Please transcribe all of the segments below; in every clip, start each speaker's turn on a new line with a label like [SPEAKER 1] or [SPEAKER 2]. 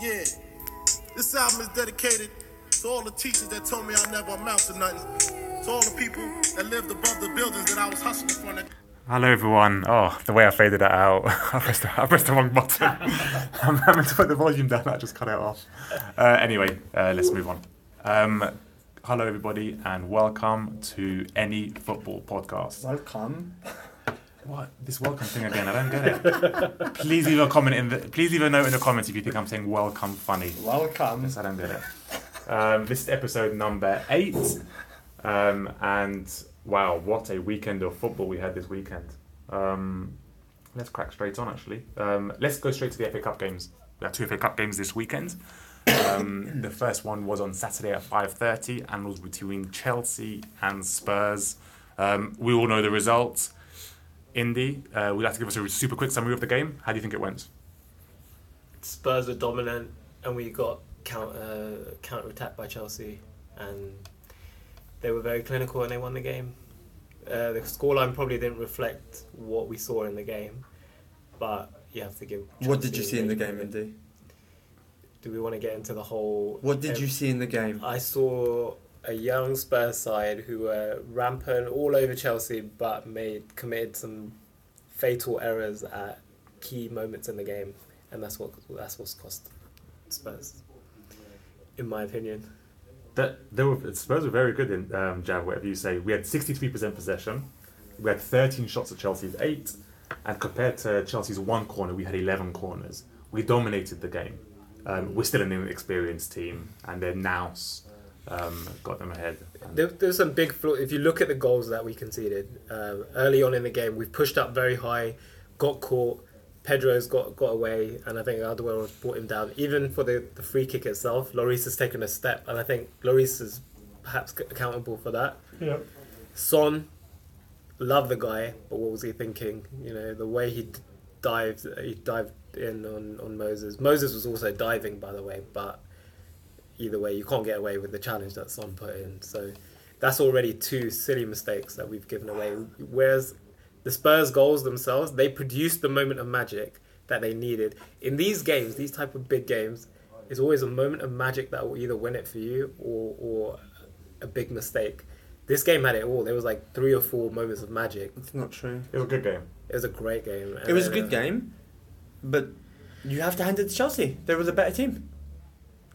[SPEAKER 1] Yeah. This album is dedicated to all the teachers that told me I never amount to nothing. To all the people that lived above the buildings that I was hustling from. That-
[SPEAKER 2] Hello everyone. Oh, the way I faded that out, I pressed the, I pressed the wrong button. I'm having to put the volume down. I just cut it off. Uh, anyway, uh, let's move on. Um, hello everybody, and welcome to any football podcast.
[SPEAKER 3] Welcome.
[SPEAKER 2] What this welcome thing again? I don't get it. Please leave a comment in the. Please leave a note in the comments if you think I'm saying welcome funny.
[SPEAKER 3] Welcome.
[SPEAKER 2] Yes, I don't get it. Um, this is episode number eight. Um, and wow, what a weekend of football we had this weekend. Um, let's crack straight on, actually. Um, let's go straight to the FA Cup games. We have two FA Cup games this weekend. Um, the first one was on Saturday at 5.30 and was between Chelsea and Spurs. Um, we all know the results. Indy, uh, would you like to give us a super quick summary of the game? How do you think it went?
[SPEAKER 4] Spurs were dominant, and we got counter counter attacked by Chelsea, and they were very clinical, and they won the game. Uh, the scoreline probably didn't reflect what we saw in the game, but you have to give.
[SPEAKER 3] What did
[SPEAKER 4] Chelsea
[SPEAKER 3] you see in the
[SPEAKER 4] the
[SPEAKER 3] game, Indy?
[SPEAKER 4] Do we want to get into the whole?
[SPEAKER 3] What did you
[SPEAKER 4] ev-
[SPEAKER 3] see in the game?
[SPEAKER 4] I saw a young Spurs side who were rampant all over Chelsea, but made committed some fatal errors at key moments in the game, and that's what that's what's cost Spurs, in my opinion.
[SPEAKER 2] That they were Spurs were very good in um, Jav, whatever you say. We had sixty three percent possession. We had thirteen shots at Chelsea's eight, and compared to Chelsea's one corner, we had eleven corners. We dominated the game. Um, we're still an inexperienced team, and then Nous um, got them ahead. And
[SPEAKER 4] There, there's some big flaw. If you look at the goals that we conceded um, early on in the game, we pushed up very high, got caught. Pedro's got, got away, and I think Alderweireld brought him down. Even for the, the free kick itself, Lloris has taken a step, and I think Lloris is perhaps c- accountable for that.
[SPEAKER 3] Yeah.
[SPEAKER 4] Son, love the guy, but what was he thinking? You know, the way he d- dived, he dived in on, on Moses. Moses was also diving, by the way, but either way, you can't get away with the challenge that Son put in. So that's already two silly mistakes that we've given away. Whereas the Spurs goals themselves, they produced the moment of magic that they needed. In these games, these type of big games, it's always a moment of magic that will either win it for you or, or a big mistake. This game had it all. There was like three or four moments of magic.
[SPEAKER 3] It's not true.
[SPEAKER 2] It was a good game.
[SPEAKER 4] It was a great game.
[SPEAKER 3] It was a
[SPEAKER 4] Uh,
[SPEAKER 3] good game, but you have to hand it to Chelsea. They were the better team.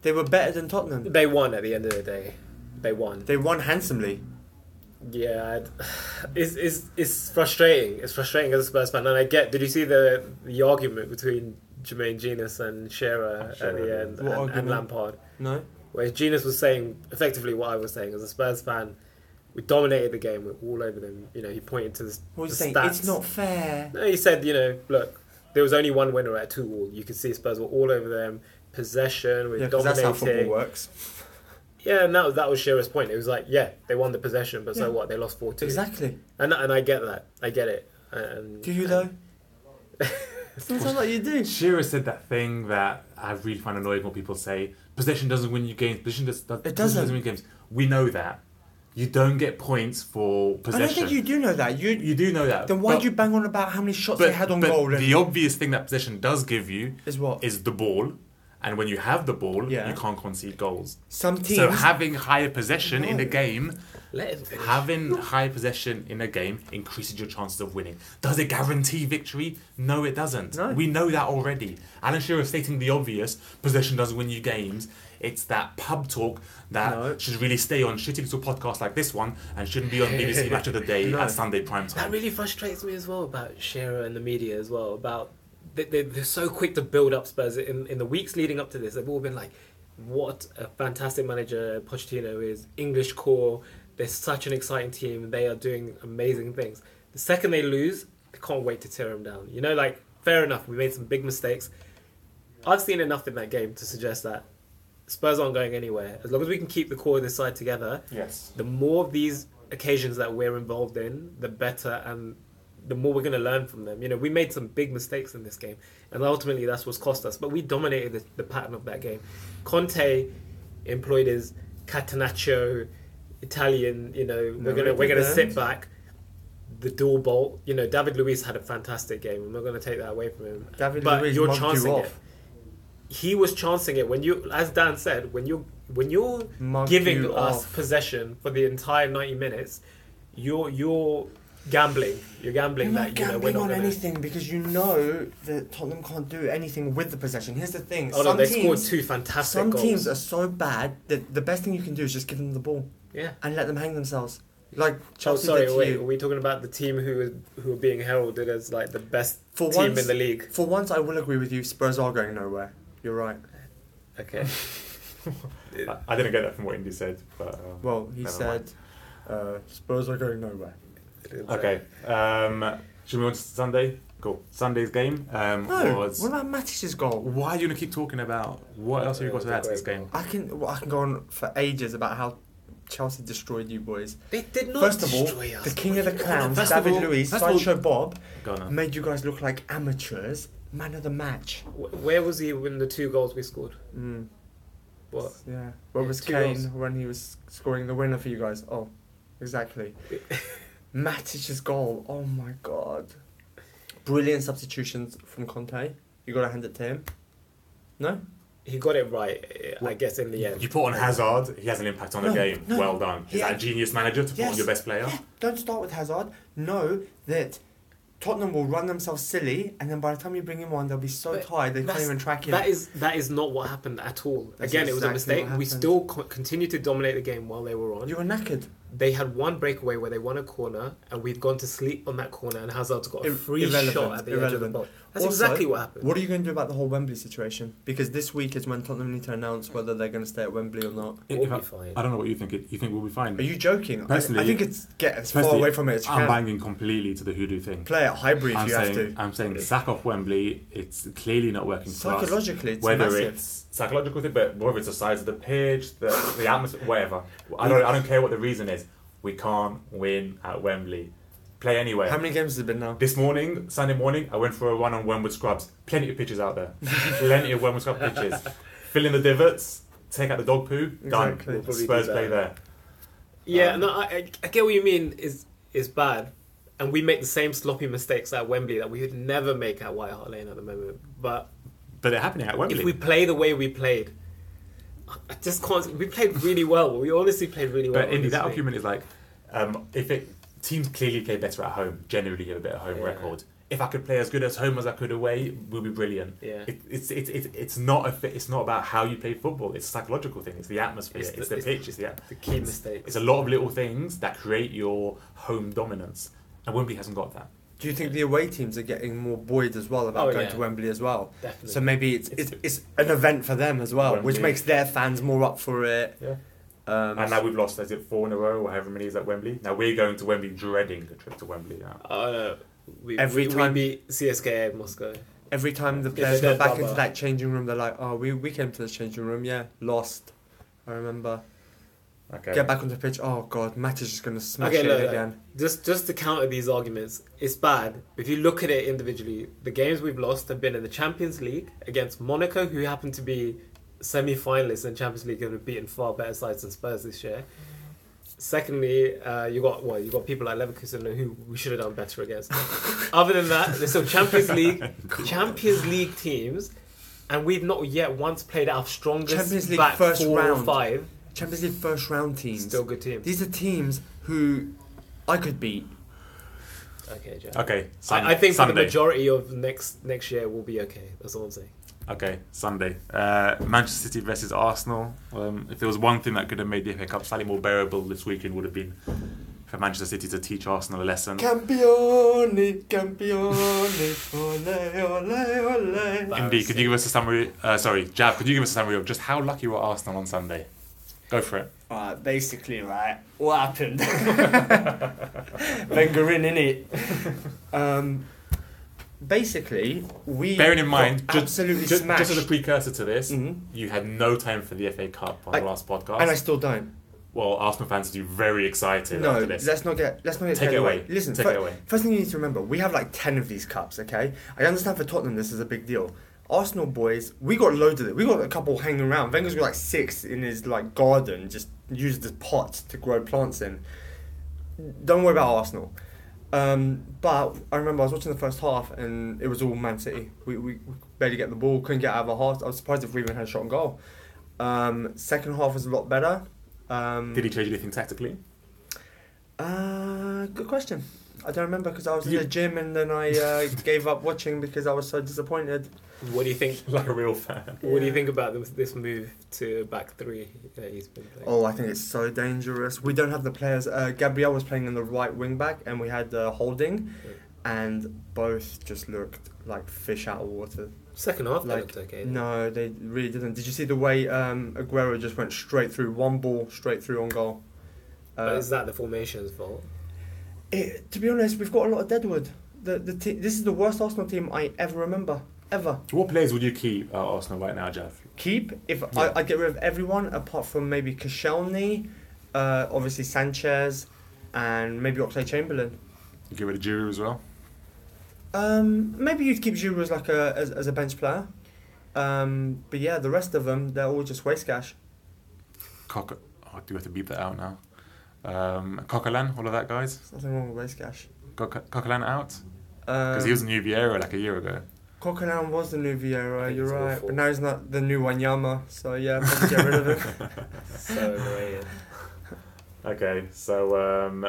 [SPEAKER 3] They were better than Tottenham.
[SPEAKER 4] They won at the end of the day. They won.
[SPEAKER 3] They won handsomely.
[SPEAKER 4] Yeah, I'd- it's, it's, it's frustrating. It's frustrating as a Spurs fan. And I get, did you see the, the argument between Jermaine Genius and Shearer at
[SPEAKER 2] Shearer,
[SPEAKER 4] the
[SPEAKER 2] yeah.
[SPEAKER 4] end
[SPEAKER 3] What
[SPEAKER 4] and, and
[SPEAKER 3] argument?
[SPEAKER 4] Lampard?
[SPEAKER 3] No?
[SPEAKER 4] Where Genius was saying effectively what I was saying as a Spurs fan, we dominated the game, we were all over them. You know, he pointed to the,
[SPEAKER 3] What
[SPEAKER 4] the
[SPEAKER 3] was you saying?
[SPEAKER 4] stats.
[SPEAKER 3] It's not fair.
[SPEAKER 4] No, he said, you know, look, there was only one winner at two all. You could see Spurs were all over them. Possession, we're
[SPEAKER 3] Yeah, 'cause that's
[SPEAKER 4] dominating.
[SPEAKER 3] how football works.
[SPEAKER 4] Yeah, and that was that was Shearer's point. It was like, yeah, they won the possession, but
[SPEAKER 3] Yeah.
[SPEAKER 4] so what? They lost four two.
[SPEAKER 3] Exactly.
[SPEAKER 4] And and I get that. I get it. Um, And,
[SPEAKER 3] Do you though? Doesn't sound like you do.
[SPEAKER 2] Shearer said that thing that I really find annoying when people say possession doesn't win you games. Possession does, does,
[SPEAKER 3] It
[SPEAKER 2] possession
[SPEAKER 3] doesn't.
[SPEAKER 2] win games. We know that. You don't get points for
[SPEAKER 3] I
[SPEAKER 2] possession.
[SPEAKER 3] don't think you do know that. You
[SPEAKER 2] You do know that.
[SPEAKER 3] then why
[SPEAKER 2] but-
[SPEAKER 3] do you bang on about how many shots they had on
[SPEAKER 2] but
[SPEAKER 3] goal?
[SPEAKER 2] The obvious thing that possession does give you
[SPEAKER 3] Is what?
[SPEAKER 2] is the ball, and when you have the ball,
[SPEAKER 3] Yeah.
[SPEAKER 2] you can't concede goals.
[SPEAKER 3] Some teams
[SPEAKER 2] So having higher possession in a game,
[SPEAKER 4] Let him finish.
[SPEAKER 2] having higher possession in a game increases your chances of winning. Does it guarantee victory? No, it doesn't.
[SPEAKER 3] No.
[SPEAKER 2] We know that already. Alan Shearer is stating the obvious: possession doesn't win you games. It's that pub talk that
[SPEAKER 3] No.
[SPEAKER 2] should really stay on shitty little podcasts like this one and shouldn't be on BBC Match of the Day
[SPEAKER 3] No.
[SPEAKER 2] at Sunday prime time.
[SPEAKER 4] That really frustrates me as well about Shearer and the media as well. About they, they, they're so quick to build up Spurs in, in the weeks leading up to this. They've all been like, "What a fantastic manager Pochettino is! English core. They're such an exciting team. They are doing amazing things." The second they lose, they can't wait to tear them down. You know, like fair enough. We made some big mistakes. I've seen enough in that game to suggest that Spurs aren't going anywhere. As long as we can keep the core of this side together,
[SPEAKER 2] yes.
[SPEAKER 4] the more of these occasions that we're involved in, the better and the more we're going to learn from them. You know, we made some big mistakes in this game, and ultimately that's what's cost us. But we dominated the, the pattern of that game. Conte employed his catenaccio Italian. You know,
[SPEAKER 3] No,
[SPEAKER 4] we're
[SPEAKER 3] he
[SPEAKER 4] gonna we're gonna
[SPEAKER 3] didn't.
[SPEAKER 4] sit back. The dual bolt. You know, David Luiz had a fantastic game. I'm not going to take that away from him.
[SPEAKER 3] David
[SPEAKER 4] but
[SPEAKER 3] Luiz
[SPEAKER 4] you're
[SPEAKER 3] mugged you
[SPEAKER 4] chancing
[SPEAKER 3] off.
[SPEAKER 4] it. he was chancing it when you, as Dan said, when you when you're
[SPEAKER 3] Mug
[SPEAKER 4] giving
[SPEAKER 3] you
[SPEAKER 4] us
[SPEAKER 3] off.
[SPEAKER 4] possession for the entire ninety minutes, you're you're gambling. You're gambling
[SPEAKER 3] You're
[SPEAKER 4] that
[SPEAKER 3] not
[SPEAKER 4] you know we're
[SPEAKER 3] gambling
[SPEAKER 4] not
[SPEAKER 3] on
[SPEAKER 4] gonna-
[SPEAKER 3] anything because you know that Tottenham can't do anything with the possession. Here's the thing:
[SPEAKER 4] Oh no,
[SPEAKER 3] some
[SPEAKER 4] they scored
[SPEAKER 3] teams,
[SPEAKER 4] two fantastic
[SPEAKER 3] some
[SPEAKER 4] goals.
[SPEAKER 3] teams are so bad that the best thing you can do is just give them the ball
[SPEAKER 4] yeah.
[SPEAKER 3] and let them hang themselves. Like
[SPEAKER 4] Oh,
[SPEAKER 3] Chelsea
[SPEAKER 4] sorry.
[SPEAKER 3] did to
[SPEAKER 4] Wait,
[SPEAKER 3] you.
[SPEAKER 4] are we talking about the team who is- who are being heralded as like the best
[SPEAKER 3] For
[SPEAKER 4] team
[SPEAKER 3] once-
[SPEAKER 4] in the league?
[SPEAKER 3] For once, I will agree with you. Spurs are going nowhere. You're right.
[SPEAKER 4] Okay.
[SPEAKER 2] I, I didn't get that from what Indy said, but uh,
[SPEAKER 3] Well, he
[SPEAKER 2] never
[SPEAKER 3] said uh, Spurs are going nowhere.
[SPEAKER 2] mind. Okay. Um, should we move on to Sunday? Cool. Sunday's game um,
[SPEAKER 3] No,
[SPEAKER 2] was.
[SPEAKER 3] what about Matic's goal?
[SPEAKER 2] Why are you gonna keep talking about? What else have you got to add to this game?
[SPEAKER 3] I can well, I can go on for ages about how Chelsea destroyed you boys.
[SPEAKER 4] They did not
[SPEAKER 3] First of all,
[SPEAKER 4] destroy us.
[SPEAKER 3] the king of the clowns,
[SPEAKER 2] First of
[SPEAKER 3] David
[SPEAKER 2] all-
[SPEAKER 3] Luiz,
[SPEAKER 2] first of all-
[SPEAKER 3] Sideshow Bob,
[SPEAKER 2] Go on. Now.
[SPEAKER 3] made you guys look like amateurs. Man of the match.
[SPEAKER 4] Wh- Where was he when the two goals we scored?
[SPEAKER 3] Mm,
[SPEAKER 4] What?
[SPEAKER 3] yeah. What was
[SPEAKER 4] Two
[SPEAKER 3] Kane
[SPEAKER 4] goals.
[SPEAKER 3] when he was scoring the winner for you guys? Oh, exactly. Matic's goal. Oh my god. Brilliant substitutions from Conte. You got to hand it to him. No.
[SPEAKER 4] He got it right, eh, I guess, in the end.
[SPEAKER 2] You put on Hazard. He has an impact on the
[SPEAKER 3] No,
[SPEAKER 2] game.
[SPEAKER 3] no.
[SPEAKER 2] well done. Is
[SPEAKER 3] Yeah.
[SPEAKER 2] that a genius manager to put on
[SPEAKER 3] Yes.
[SPEAKER 2] your best player?
[SPEAKER 3] Yeah, don't start with Hazard. Know that Tottenham will run themselves silly, and then by the time you bring him on, they'll be so
[SPEAKER 4] But
[SPEAKER 3] tired they can't
[SPEAKER 4] that's-
[SPEAKER 3] even track him.
[SPEAKER 4] That is that is not what happened at all.
[SPEAKER 3] That's
[SPEAKER 4] Again, it was a
[SPEAKER 3] exactly
[SPEAKER 4] mistake.
[SPEAKER 3] what
[SPEAKER 4] We
[SPEAKER 3] happened.
[SPEAKER 4] still co- continued to dominate the game while they were on.
[SPEAKER 3] you were knackered.
[SPEAKER 4] They had one breakaway where they won a corner, and we'd gone to sleep on that corner, and Hazard's got a
[SPEAKER 3] Ir-
[SPEAKER 4] free
[SPEAKER 3] irrelevant,
[SPEAKER 4] shot at the edge of the
[SPEAKER 3] irrelevant.
[SPEAKER 4] box. That's
[SPEAKER 3] Also,
[SPEAKER 4] exactly what happened.
[SPEAKER 3] What are you going to do about the whole Wembley situation? Because this week is when Tottenham need to announce whether they're going to stay at Wembley or not.
[SPEAKER 4] We'll
[SPEAKER 5] If
[SPEAKER 4] be
[SPEAKER 5] I-
[SPEAKER 4] fine.
[SPEAKER 5] I don't know what you think. You think we'll be fine?
[SPEAKER 3] Are you joking? I-
[SPEAKER 5] Personally-
[SPEAKER 3] I, think it's get as far
[SPEAKER 5] Personally,
[SPEAKER 3] away from it as you
[SPEAKER 5] I'm
[SPEAKER 3] can.
[SPEAKER 5] banging completely to the hoodoo thing.
[SPEAKER 3] Play at Highbury if
[SPEAKER 5] I'm
[SPEAKER 3] you
[SPEAKER 5] saying,
[SPEAKER 3] have to.
[SPEAKER 5] I'm saying sack off Wembley. It's clearly not working for us.
[SPEAKER 3] Psychologically, it's
[SPEAKER 2] whether
[SPEAKER 3] massive.
[SPEAKER 2] it's psychological thing, but whether it's the size of the pitch, the, the atmosphere, whatever. I don't, I don't care what the reason is. We can't win at Wembley. Play anywhere.
[SPEAKER 3] How many games has it been now?
[SPEAKER 2] This morning, Sunday morning, I went for a run on Wormwood Scrubs. Plenty of pitches out there. Plenty of Wormwood Scrub pitches. Fill in the divots, take out the dog poo, done.
[SPEAKER 3] Exactly. We'll
[SPEAKER 4] probably
[SPEAKER 2] Spurs
[SPEAKER 4] do that.
[SPEAKER 2] play there.
[SPEAKER 4] Yeah,
[SPEAKER 3] Uh,
[SPEAKER 2] Um,
[SPEAKER 4] no, I, I- I get what you mean. Is is bad, and we make the same sloppy mistakes at Wembley that we would never make at White Hart Lane at the moment. But
[SPEAKER 2] But they're happening at Wembley.
[SPEAKER 4] if we play the way we played, I- I just can't. We played really well. We honestly played really well.
[SPEAKER 2] But Indy, that
[SPEAKER 4] honestly.
[SPEAKER 2] argument is like, um, if it teams clearly play better at home, generally have a better home
[SPEAKER 4] Yeah.
[SPEAKER 2] record. If I could play as good as home as I could away, we'll be brilliant.
[SPEAKER 4] Yeah.
[SPEAKER 2] It, it's it's it's it's not a fi- it's not about how you play football. It's a psychological thing. It's the atmosphere.
[SPEAKER 4] It's
[SPEAKER 2] It's
[SPEAKER 4] the-
[SPEAKER 2] the, pitch. It's the at-
[SPEAKER 4] the key mistake.
[SPEAKER 2] it's a lot of little things that create your home dominance, and Wembley hasn't got that.
[SPEAKER 3] Do you think the away teams are getting more buoyed as well about
[SPEAKER 4] Oh,
[SPEAKER 3] going
[SPEAKER 4] yeah.
[SPEAKER 3] to Wembley as well?
[SPEAKER 4] Definitely.
[SPEAKER 3] So maybe it's
[SPEAKER 4] It's-
[SPEAKER 3] it's, it's an event for them as well, which
[SPEAKER 2] Wembley.
[SPEAKER 3] makes their fans more up for it.
[SPEAKER 2] Yeah.
[SPEAKER 3] Um,
[SPEAKER 2] And now we've lost, is it four in a row or however many is at Wembley? Now we're going to Wembley dreading the trip to Wembley now.
[SPEAKER 4] Oh no. We,
[SPEAKER 3] Every
[SPEAKER 4] we,
[SPEAKER 3] time-
[SPEAKER 4] we beat CSKA Moscow.
[SPEAKER 3] every time the
[SPEAKER 4] It's
[SPEAKER 3] players
[SPEAKER 4] a
[SPEAKER 3] go
[SPEAKER 4] dead
[SPEAKER 3] back
[SPEAKER 4] rubber.
[SPEAKER 3] into that changing room, they're like, "Oh, we, we came to this changing room, yeah, lost." I remember.
[SPEAKER 2] Okay.
[SPEAKER 3] Get back on the pitch. Oh God, Matt is just gonna smash
[SPEAKER 4] Okay,
[SPEAKER 3] it
[SPEAKER 4] look,
[SPEAKER 3] again.
[SPEAKER 4] Just just to counter these arguments, it's bad. If you look at it individually, the games we've lost have been in the Champions League against Monaco, who happened to be semi finalists in Champions League and have beaten far better sides than Spurs this year. Secondly, uh, you got well, you got people like Leverkusen who we should have done better against. Other than that, there's still Champions League, Champions League teams, and we've not yet once played our strongest
[SPEAKER 3] Champions League
[SPEAKER 4] back
[SPEAKER 3] first
[SPEAKER 4] four or
[SPEAKER 3] round.
[SPEAKER 4] five.
[SPEAKER 3] Champions League first round teams.
[SPEAKER 4] Still good team.
[SPEAKER 3] These are teams who I could beat.
[SPEAKER 4] Okay, Jack.
[SPEAKER 2] Okay. Sun-
[SPEAKER 4] I, I think for the
[SPEAKER 2] Sunday.
[SPEAKER 4] majority of next next year will be okay. That's all I'm saying.
[SPEAKER 2] Okay, Sunday. Uh, Manchester City versus Arsenal. Um, if there was one thing that could have made the FA Cup slightly more bearable this weekend, would have been for Manchester City to teach Arsenal a lesson.
[SPEAKER 4] Mm.
[SPEAKER 3] Campione, campione, ole, ole, ole.
[SPEAKER 2] Indeed, could you give us a summary? Uh, sorry, Jab, could you give us a summary of just how lucky were Arsenal on Sunday? Go for it.
[SPEAKER 4] uh,
[SPEAKER 3] Right, basically, right, what happened? Vengerin in it. Um, basically, we.
[SPEAKER 2] Bearing in mind,
[SPEAKER 3] got
[SPEAKER 2] just,
[SPEAKER 3] absolutely
[SPEAKER 2] just,
[SPEAKER 3] smashed.
[SPEAKER 2] just as a precursor to this,
[SPEAKER 3] Mhm.
[SPEAKER 2] you had no time for the FA Cup on
[SPEAKER 3] I-
[SPEAKER 2] the last podcast.
[SPEAKER 3] and I still don't.
[SPEAKER 2] well, Arsenal fans are very excited
[SPEAKER 3] No,
[SPEAKER 2] after this.
[SPEAKER 3] let's not get let's not get
[SPEAKER 2] Take it
[SPEAKER 3] carried
[SPEAKER 2] away.
[SPEAKER 3] Listen,
[SPEAKER 2] Take
[SPEAKER 3] fir-
[SPEAKER 2] it away.
[SPEAKER 3] first thing you need to remember, we have like ten of these cups. Okay, I understand for Tottenham this is a big deal. Arsenal boys, we got loads of it. We got a couple hanging around. Wenger's got like six in his like garden, just used the pot to grow plants in. Don't worry about Arsenal. Um, but I remember I was watching the first half and it was all Man City. We, we we barely get the ball, couldn't get out of our halves. I was surprised if we even had a shot on goal. Um, second half was a lot better. Um,
[SPEAKER 5] Did he change anything tactically?
[SPEAKER 3] Uh, good question. I don't remember because I was
[SPEAKER 5] You-
[SPEAKER 3] in the gym and then I uh, gave up watching because I was so disappointed.
[SPEAKER 4] What do you think?
[SPEAKER 5] Like a real fan.
[SPEAKER 4] What do you think about this, this move to back three that he's been playing?
[SPEAKER 3] Oh, I think it's so dangerous. We don't have the players. Uh, Gabriel was playing in the right wing back, and we had uh, Holding,
[SPEAKER 4] Yeah.
[SPEAKER 3] and both just looked like fish out of water.
[SPEAKER 4] Second half, they
[SPEAKER 3] like,
[SPEAKER 4] looked okay.
[SPEAKER 3] No, they really didn't. Did you see the way um, Aguero just went straight through one ball, straight through on goal?
[SPEAKER 4] but
[SPEAKER 3] Uh,
[SPEAKER 4] is that the formation's fault?
[SPEAKER 3] it, to be honest, we've got a lot of deadwood. The the te- this is the worst Arsenal team I ever remember, ever.
[SPEAKER 5] What players would you keep at Arsenal right now, Jeff?
[SPEAKER 3] keep. If
[SPEAKER 5] Yeah.
[SPEAKER 3] I, I'd get rid of everyone apart from maybe Koscielny, uh, obviously Sanchez, and maybe Oxley Chamberlain.
[SPEAKER 5] You get rid of Giroud as well.
[SPEAKER 3] Um, maybe you'd keep Giroud as like a as, as a bench player. Um, but yeah, the rest of them they're all just waste cash.
[SPEAKER 5] Cock. Oh, I do have to beep that out now. Um, Coquelin, all of that guys.
[SPEAKER 3] There's nothing wrong with waste cash.
[SPEAKER 5] Coque- Coquelin out because
[SPEAKER 3] Because
[SPEAKER 5] he was
[SPEAKER 2] Um,
[SPEAKER 5] in Vieira like a year ago.
[SPEAKER 3] Coquelin was the new
[SPEAKER 4] I
[SPEAKER 3] Vieira,
[SPEAKER 4] think
[SPEAKER 3] you're
[SPEAKER 4] it's
[SPEAKER 3] right,
[SPEAKER 4] awful.
[SPEAKER 3] but now he's not the new Wanyama, so yeah, probably get rid of him.
[SPEAKER 4] So annoying.
[SPEAKER 2] Okay, so um,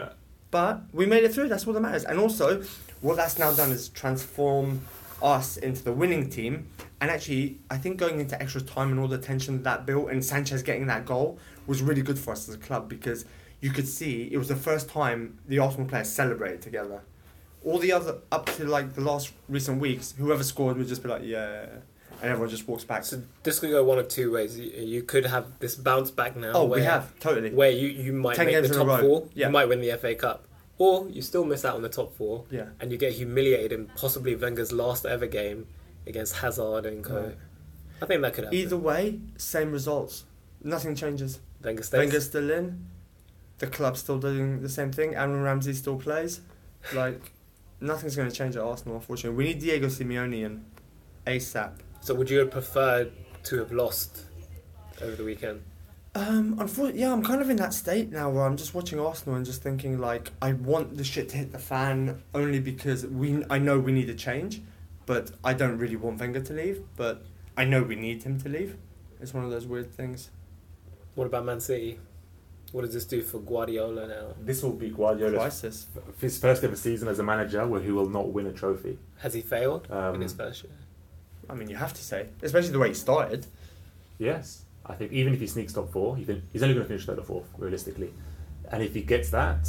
[SPEAKER 3] But we made it through. That's all that matters. And also, what that's now done is transform us into the winning team. And actually, I think going into extra time and all the tension that built and Sanchez getting that goal was really good for us as a club because you could see it was the first time the Arsenal players celebrated together. All the other up to like the last recent weeks, whoever scored would just be like, yeah, and everyone just walks back.
[SPEAKER 4] So this could go one of two ways. You, you could have this bounce back now.
[SPEAKER 3] oh,
[SPEAKER 4] where,
[SPEAKER 3] we have totally.
[SPEAKER 4] Where you, you might
[SPEAKER 3] Ten
[SPEAKER 4] make
[SPEAKER 3] games
[SPEAKER 4] the
[SPEAKER 3] in a
[SPEAKER 4] top
[SPEAKER 3] row.
[SPEAKER 4] four.
[SPEAKER 3] Yeah.
[SPEAKER 4] You might win the FA Cup. Or you still miss out on the top four
[SPEAKER 3] Yeah.
[SPEAKER 4] and you get humiliated in possibly Wenger's last ever game against Hazard and Co.
[SPEAKER 3] Right.
[SPEAKER 4] I think that could happen.
[SPEAKER 3] Either way, same results. Nothing changes.
[SPEAKER 4] Wenger stays.
[SPEAKER 3] Wenger's still in. The club's still doing the same thing. Aaron Ramsey still plays. Like, nothing's going to change at Arsenal, unfortunately. We need Diego Simeone in ASAP.
[SPEAKER 4] So would you have preferred to have lost over the weekend?
[SPEAKER 3] Um, unfortunately, yeah, I'm kind of in that state now where I'm just watching Arsenal and just thinking like I want the shit to hit the fan only because we I know we need a change, but I don't really want Wenger to leave. But I know we need him to leave. It's one of those weird things.
[SPEAKER 4] What about Man City? What does this do for Guardiola now?
[SPEAKER 2] this will be Guardiola's
[SPEAKER 3] Crisis.
[SPEAKER 2] his first ever season as a manager where he will not win a trophy.
[SPEAKER 4] Has he failed in
[SPEAKER 2] Um,
[SPEAKER 4] his first year?
[SPEAKER 3] I mean, you have to say, especially the way he started.
[SPEAKER 2] Yes, I think even if he sneaks top four, he fin- he's only going to finish third or fourth realistically. And if he gets that,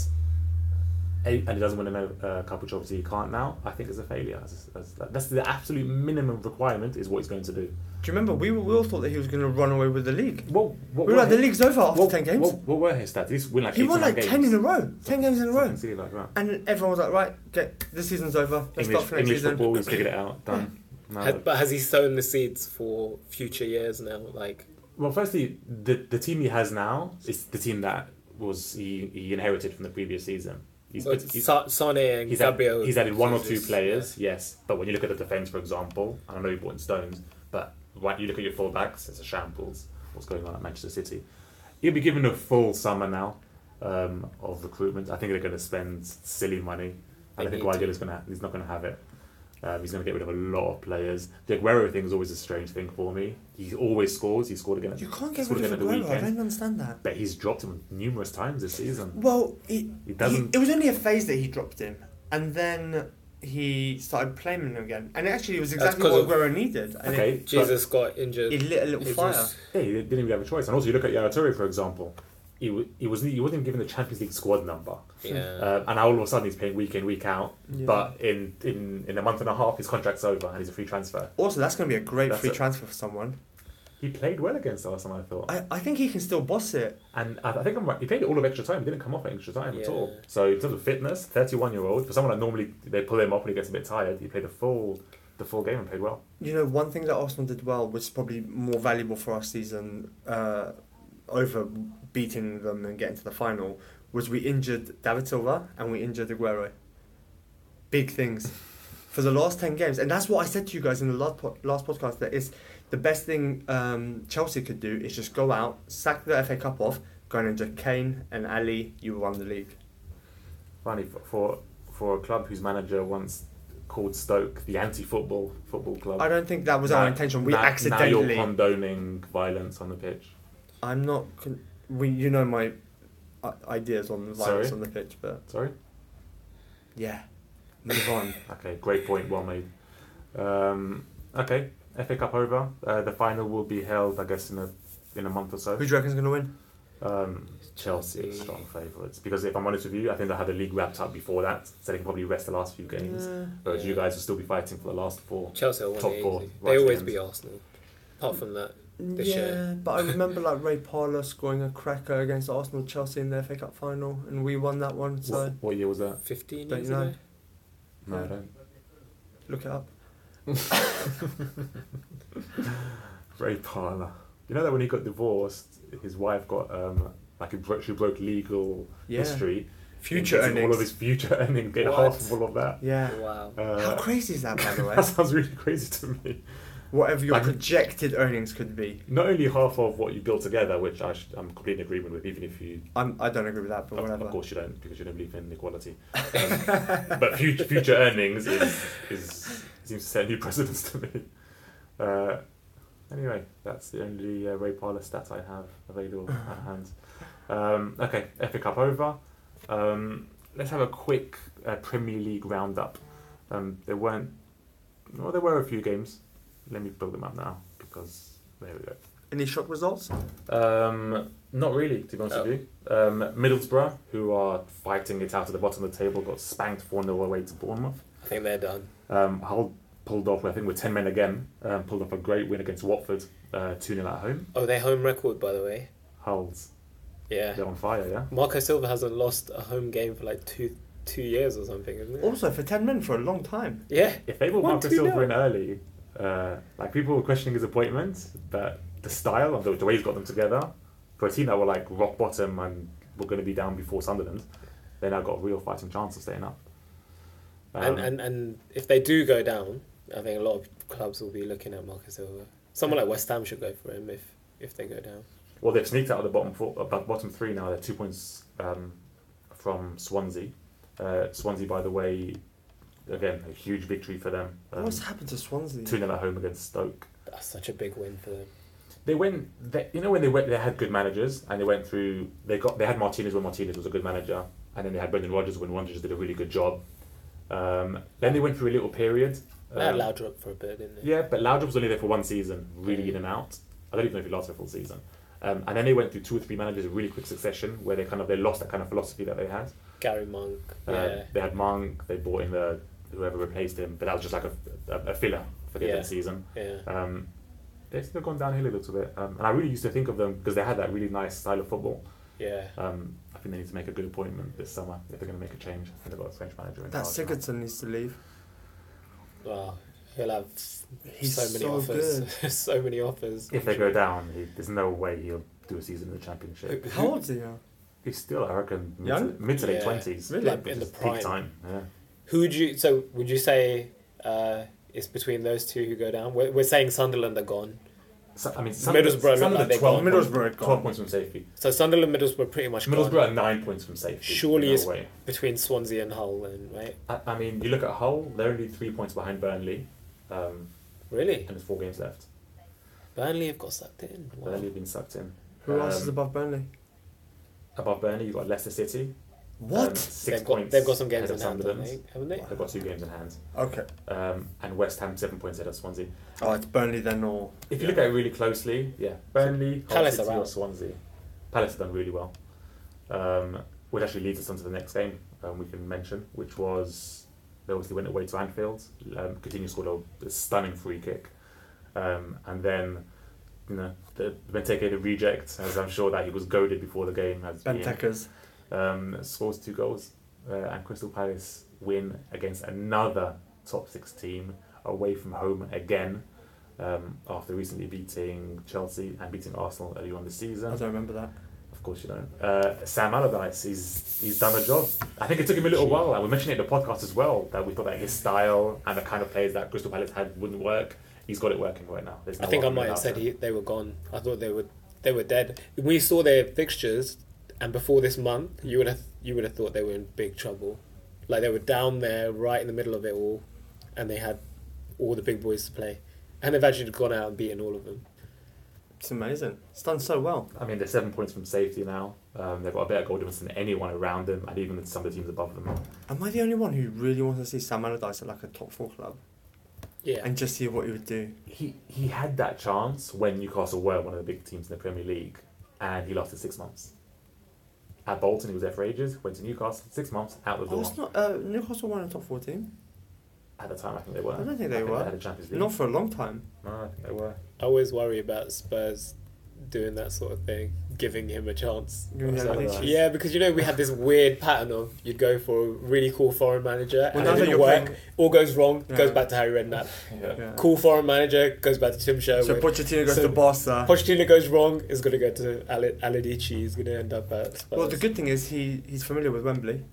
[SPEAKER 2] a- and he doesn't win a uh, cup, which obviously he can't now, I think it's a failure. As, as, that's the absolute minimum requirement is what he's going to do.
[SPEAKER 3] Do you remember we, we all thought that he was going to run away with the league?
[SPEAKER 2] Well, what,
[SPEAKER 3] we were
[SPEAKER 2] were
[SPEAKER 3] like, the
[SPEAKER 2] his-
[SPEAKER 3] league's over after
[SPEAKER 2] what-
[SPEAKER 3] ten games.
[SPEAKER 2] What, what were his stats? He's win like
[SPEAKER 3] he won
[SPEAKER 2] 89
[SPEAKER 3] like ten in
[SPEAKER 2] games.
[SPEAKER 3] a row, ten games in a row,
[SPEAKER 2] Something like that.
[SPEAKER 3] and everyone was like, "Right, get the season's over. Let's start
[SPEAKER 2] English,
[SPEAKER 3] for next
[SPEAKER 2] English
[SPEAKER 3] season."
[SPEAKER 2] football, he's figured it out. Done. Now
[SPEAKER 4] Ha- but has he sown the seeds for future years now? Like,
[SPEAKER 2] Well, firstly, the the team he has now is the team that was he, he inherited from the previous season. He's,
[SPEAKER 4] well,
[SPEAKER 2] he's,
[SPEAKER 4] Sa- Sane and
[SPEAKER 2] he's, added,
[SPEAKER 4] Gabriel.
[SPEAKER 2] he's added one or two
[SPEAKER 4] Jesus.
[SPEAKER 2] players, yes. But when you look at the defense, for example, and I know you brought in Stones, but when you look at your fullbacks, it's a shambles. What's going on at Manchester City? He'll be given a full summer now um, of recruitment. I think they're going to spend silly money. And I
[SPEAKER 4] They
[SPEAKER 2] think
[SPEAKER 4] need to.
[SPEAKER 2] Guardiola's going to he's not going to have it. Um, he's going to get rid of a lot of players. The Aguero thing is always a strange thing for me. He always scores. He scored again.
[SPEAKER 3] You can't
[SPEAKER 2] That's
[SPEAKER 3] get
[SPEAKER 2] what
[SPEAKER 3] rid
[SPEAKER 2] we're
[SPEAKER 3] of
[SPEAKER 2] gonna do
[SPEAKER 3] Aguero. I
[SPEAKER 2] weekend.
[SPEAKER 3] don't understand that.
[SPEAKER 2] But he's dropped him numerous times this season.
[SPEAKER 3] Well, it
[SPEAKER 2] He doesn't.
[SPEAKER 3] it was only a phase that he dropped him, and then he started playing him again. And actually, it was
[SPEAKER 4] That's
[SPEAKER 3] exactly what
[SPEAKER 4] 'cause
[SPEAKER 3] Aguero needed. And
[SPEAKER 2] okay,
[SPEAKER 3] it,
[SPEAKER 4] Jesus got injured.
[SPEAKER 3] it lit a little
[SPEAKER 4] It
[SPEAKER 3] fire.
[SPEAKER 4] was-
[SPEAKER 2] yeah, he didn't even have a choice. And also, you look at Yaratori, for example. He, w- he wasn't he wasn't even given the Champions League squad number,
[SPEAKER 4] Yeah.
[SPEAKER 2] uh, and now all of a sudden he's playing week in week out.
[SPEAKER 3] Yeah.
[SPEAKER 2] But in, in in a month and a half, his contract's over and he's a free transfer.
[SPEAKER 3] Also, that's going to be a great
[SPEAKER 2] That's
[SPEAKER 3] free
[SPEAKER 2] it.
[SPEAKER 3] transfer for someone.
[SPEAKER 2] He played well against Arsenal, I thought,
[SPEAKER 3] I, I think he can still boss it.
[SPEAKER 2] and I, I think I'm right. He played all of extra time. He didn't come off at extra time at
[SPEAKER 4] Yeah.
[SPEAKER 2] all. So in terms of fitness, 31 year old for someone that normally they pull him off when he gets a bit tired, he played the full the full game and played well.
[SPEAKER 3] You know, one thing that Arsenal did well, which is probably more valuable for our season uh, over beating them and getting to the final, was we injured David Silva and we injured Aguero. Big things for the last 10 games. And that's what I said to you guys in the last, po- last podcast that is the best thing um, Chelsea could do is just go out, sack the FA Cup off, go and injure Kane and Ali, you won the league.
[SPEAKER 2] Finally, for, for for a club whose manager once called Stoke the anti-football football club.
[SPEAKER 3] I don't think that was our
[SPEAKER 2] Now-
[SPEAKER 3] intention. We
[SPEAKER 2] now- Now
[SPEAKER 3] accidentally.
[SPEAKER 2] you're condoning violence on the pitch.
[SPEAKER 3] I'm not. Con- we, you know my i- ideas on violence
[SPEAKER 2] Sorry?
[SPEAKER 3] on the pitch, but
[SPEAKER 2] Sorry.
[SPEAKER 3] yeah, move on.
[SPEAKER 2] Okay, great point. Well made. Um, okay, FA Cup over. Uh, the final will be held, I guess, in a in a month or so.
[SPEAKER 3] Who do you reckon's gonna win?
[SPEAKER 2] Um, Chelsea strong favourites because if I'm honest with you, I think they had the league wrapped up before that, so they can probably rest the last few games.
[SPEAKER 3] Uh,
[SPEAKER 2] Whereas you guys will still be fighting for the last four.
[SPEAKER 4] Chelsea are one
[SPEAKER 2] Top
[SPEAKER 4] of the
[SPEAKER 2] four,
[SPEAKER 4] easy-
[SPEAKER 2] right
[SPEAKER 4] They always
[SPEAKER 2] against.
[SPEAKER 4] be Arsenal. Apart from that, This
[SPEAKER 3] yeah,
[SPEAKER 4] year.
[SPEAKER 3] but I remember like Ray Parlour scoring a cracker against Arsenal Chelsea in their FA Cup final, and we won that one. So
[SPEAKER 2] What, what year was that?
[SPEAKER 4] 15
[SPEAKER 3] Don't
[SPEAKER 4] years
[SPEAKER 3] you know?
[SPEAKER 4] ago.
[SPEAKER 2] No, I don't.
[SPEAKER 3] look it up.
[SPEAKER 2] Ray Parlour. You know that when he got divorced, his wife got um like it broke, she broke legal
[SPEAKER 3] Yeah.
[SPEAKER 2] history.
[SPEAKER 3] Future
[SPEAKER 2] And All of
[SPEAKER 3] earnings.
[SPEAKER 2] his future earnings, get
[SPEAKER 4] What?
[SPEAKER 2] half of all of that.
[SPEAKER 3] Yeah.
[SPEAKER 4] Wow.
[SPEAKER 2] Uh,
[SPEAKER 3] How crazy is that, by the way?
[SPEAKER 2] That sounds really crazy to me.
[SPEAKER 3] Whatever your
[SPEAKER 2] Like-
[SPEAKER 3] projected earnings could be.
[SPEAKER 2] Not only half of what you build together, which I should, I'm completely in agreement with, even if you,
[SPEAKER 3] I'm, I don't agree with that, but
[SPEAKER 2] of,
[SPEAKER 3] whatever.
[SPEAKER 2] of course, you don't because you don't believe in equality. Um, but future future earnings is, is seems to set new precedents to me. Uh, anyway, that's the only uh, Ray Parlour stat I have available at hand. Um, okay, FA Cup over. Um, let's have a quick uh, Premier League roundup. Um, there weren't, well, there were a few games. Let me build them up now because there we go.
[SPEAKER 3] Any shock results?
[SPEAKER 2] Um, not really, to be honest with you.
[SPEAKER 4] Oh.
[SPEAKER 2] Um, Middlesbrough, who are fighting it out at the bottom of the table, got spanked 4 0 away to Bournemouth.
[SPEAKER 4] I think they're done.
[SPEAKER 2] Um, Hull pulled off, I think, with 10 men again, um, pulled off a great win against Watford, 2 0 at home.
[SPEAKER 4] Oh, their home record, by the way.
[SPEAKER 2] Hulls,
[SPEAKER 4] Yeah.
[SPEAKER 2] they're on fire, yeah?
[SPEAKER 4] Marco Silva hasn't lost a home game for like two two years or something, isn't it?
[SPEAKER 3] Also, for 10 men for a long time.
[SPEAKER 4] Yeah.
[SPEAKER 2] If they were
[SPEAKER 4] One,
[SPEAKER 2] Marco
[SPEAKER 4] two,
[SPEAKER 2] Silva
[SPEAKER 4] nil.
[SPEAKER 2] in early, uh, like people were questioning his appointment, but the style and the, the way he's got them together, for a team that were like rock bottom and were going to be down before Sunderland, they now got a real fighting chance of staying up. Um,
[SPEAKER 4] and, and and if they do go down, I think a lot of clubs will be looking at Marco Silva. Someone like West Ham should go for him if if they go down.
[SPEAKER 2] Well, they've sneaked out of the bottom four, uh, bo- bottom three now. They're two points um, from Swansea. Uh, Swansea, by the way, again a huge victory for them. Um,
[SPEAKER 3] What's happened to Swansea?
[SPEAKER 2] two 0 at home against Stoke.
[SPEAKER 4] That's such a big win for them.
[SPEAKER 2] They went. They, you know when they went, they had good managers, and they went through. They got. They had Martinez when Martinez was a good manager, and then they had Brendan Rodgers when Rodgers did a really good job. Um, then they went through a little period.
[SPEAKER 4] They had
[SPEAKER 2] um,
[SPEAKER 4] Laudrup for a bit, didn't they?
[SPEAKER 2] Yeah, but Laudrup was only there for one season, really in and out. I don't even know if he lasted a full season. Um, and then they went through two or three managers in really quick succession, where they kind of they lost that kind of philosophy that they had.
[SPEAKER 4] Gary Monk.
[SPEAKER 2] Uh,
[SPEAKER 4] yeah.
[SPEAKER 2] They had Monk, they bought in the whoever replaced him, but that was just like a, a, a filler for the end of the
[SPEAKER 4] Yeah.
[SPEAKER 2] season.
[SPEAKER 4] Yeah.
[SPEAKER 2] Um, they've still gone downhill a little bit, um, and I really used to think of them because they had that really nice style of football.
[SPEAKER 4] Yeah.
[SPEAKER 2] Um, I think they need to make a good appointment this summer if they're going to make a change. I think they've got a French manager in
[SPEAKER 3] That
[SPEAKER 2] charge now.
[SPEAKER 3] Sigurdsson needs to leave.
[SPEAKER 4] Wow. He'll have
[SPEAKER 3] He's
[SPEAKER 4] so many offers. so many offers.
[SPEAKER 2] If they go down, he, there's no way he'll do a season in the championship.
[SPEAKER 3] good. How old is he now?
[SPEAKER 2] He's still, I reckon, mid
[SPEAKER 3] Young?
[SPEAKER 2] to, mid to late
[SPEAKER 4] Yeah.
[SPEAKER 2] twenties.
[SPEAKER 4] Really? Like, in the prime.
[SPEAKER 2] Peak time. Yeah.
[SPEAKER 4] Who would you? So would you say uh, it's between those two who go down? We're, we're saying Sunderland are gone.
[SPEAKER 2] So, I mean, some
[SPEAKER 4] Middlesbrough look
[SPEAKER 2] some
[SPEAKER 4] like
[SPEAKER 2] of the
[SPEAKER 4] they've
[SPEAKER 2] twelve,
[SPEAKER 3] got-
[SPEAKER 2] points-
[SPEAKER 3] Middlesbrough gone.
[SPEAKER 2] twelve points from safety.
[SPEAKER 4] So Sunderland, Middlesbrough, pretty much gone.
[SPEAKER 2] Middlesbrough are nine points from safety.
[SPEAKER 4] Surely
[SPEAKER 2] no
[SPEAKER 4] it's-
[SPEAKER 2] way.
[SPEAKER 4] between Swansea and Hull, then right?
[SPEAKER 2] I, I mean, you look at Hull; they're only three points behind Burnley, um,
[SPEAKER 4] Really?
[SPEAKER 2] and there's four games left.
[SPEAKER 4] Burnley have got sucked in. Wow.
[SPEAKER 2] Burnley have been sucked in.
[SPEAKER 3] Who else is
[SPEAKER 2] Um,
[SPEAKER 3] above Burnley?
[SPEAKER 2] above Burnley? You've got Leicester City. um,
[SPEAKER 3] What?
[SPEAKER 2] six
[SPEAKER 4] They've got,
[SPEAKER 2] points.
[SPEAKER 4] they've got some games
[SPEAKER 2] ahead
[SPEAKER 4] in
[SPEAKER 2] of
[SPEAKER 4] hand, haven't they?
[SPEAKER 2] Sunderland.
[SPEAKER 4] Haven't they?
[SPEAKER 2] They've got two games in hand,
[SPEAKER 3] okay.
[SPEAKER 2] um, and West Ham seven points ahead of Swansea.
[SPEAKER 3] Oh, it's Burnley then or.
[SPEAKER 2] If you look at it really closely, yeah, Burnley, Hull
[SPEAKER 4] Palace
[SPEAKER 2] City,
[SPEAKER 4] are out.
[SPEAKER 2] or Swansea. Palace have done really well, um, which actually leads us on to the next game um, we can mention, which was they obviously went away to Anfield. Um, Coutinho scored a, a stunning free kick, um, and then you know the Benteke the reject, as I'm sure that he was goaded before the game, as being,
[SPEAKER 3] Benteca's.
[SPEAKER 2] um, scores two goals, uh, and Crystal Palace win against another top six team away from home again. Um, after recently beating Chelsea and beating Arsenal earlier on the
[SPEAKER 3] I
[SPEAKER 2] season,
[SPEAKER 3] don't remember that.
[SPEAKER 2] of course you don't. Uh, Sam Allardyce, he's he's done a job. I think it took him a little while, and we mentioned it in the podcast as well that we thought that his style and the kind of players that Crystal Palace had wouldn't work. He's got it working right now. There's
[SPEAKER 4] I
[SPEAKER 2] no
[SPEAKER 4] think I
[SPEAKER 2] argument
[SPEAKER 4] might have
[SPEAKER 2] about
[SPEAKER 4] said
[SPEAKER 2] it.
[SPEAKER 4] he, they were gone. I thought they were they were dead. We saw their fixtures, and before this month, you would have you would have thought they were in big trouble. Like they were down there, right in the middle of it all, and they had all the big boys to play, and they've actually gone out and beaten all of them.
[SPEAKER 3] It's amazing. It's done so well.
[SPEAKER 2] I mean, they're seven points from safety now. Um, they've got a better goal difference than anyone around them, and even some of the teams above them.
[SPEAKER 3] Am I the only one who really wants to see Sam Allardyce at like a top four club
[SPEAKER 4] Yeah,
[SPEAKER 3] and just see what he would do?
[SPEAKER 2] He he had that chance when Newcastle were one of the big teams in the Premier League, and he lost it six months. At Bolton, he was there for ages. Went to Newcastle, six months out the
[SPEAKER 3] Oh,
[SPEAKER 2] door.
[SPEAKER 3] it's not. Uh, Newcastle weren't a top four team.
[SPEAKER 2] At the time, I think they were.
[SPEAKER 3] I don't think they were.
[SPEAKER 2] had a Champions League.
[SPEAKER 3] Not for a long time.
[SPEAKER 2] No, I think they were.
[SPEAKER 4] I always worry about Spurs doing that sort of thing, giving him a chance.
[SPEAKER 3] Giving him
[SPEAKER 4] So-
[SPEAKER 3] a chance.
[SPEAKER 4] yeah, because you know we had this weird pattern of you'd go for a really cool foreign manager
[SPEAKER 3] Well,
[SPEAKER 4] and
[SPEAKER 3] now
[SPEAKER 4] it
[SPEAKER 3] that
[SPEAKER 4] didn't
[SPEAKER 3] you're
[SPEAKER 4] work.
[SPEAKER 3] playing-
[SPEAKER 4] All goes wrong,
[SPEAKER 3] Yeah.
[SPEAKER 4] goes back to Harry Redknapp.
[SPEAKER 3] Yeah.
[SPEAKER 4] Cool foreign manager goes back to Tim Sherwood.
[SPEAKER 3] So Pochettino goes
[SPEAKER 4] So-
[SPEAKER 3] to Barca.
[SPEAKER 4] Pochettino goes wrong, is going to go to Al- Aladici, he's going to end up at Spurs.
[SPEAKER 3] well, the good thing is he he's familiar with Wembley.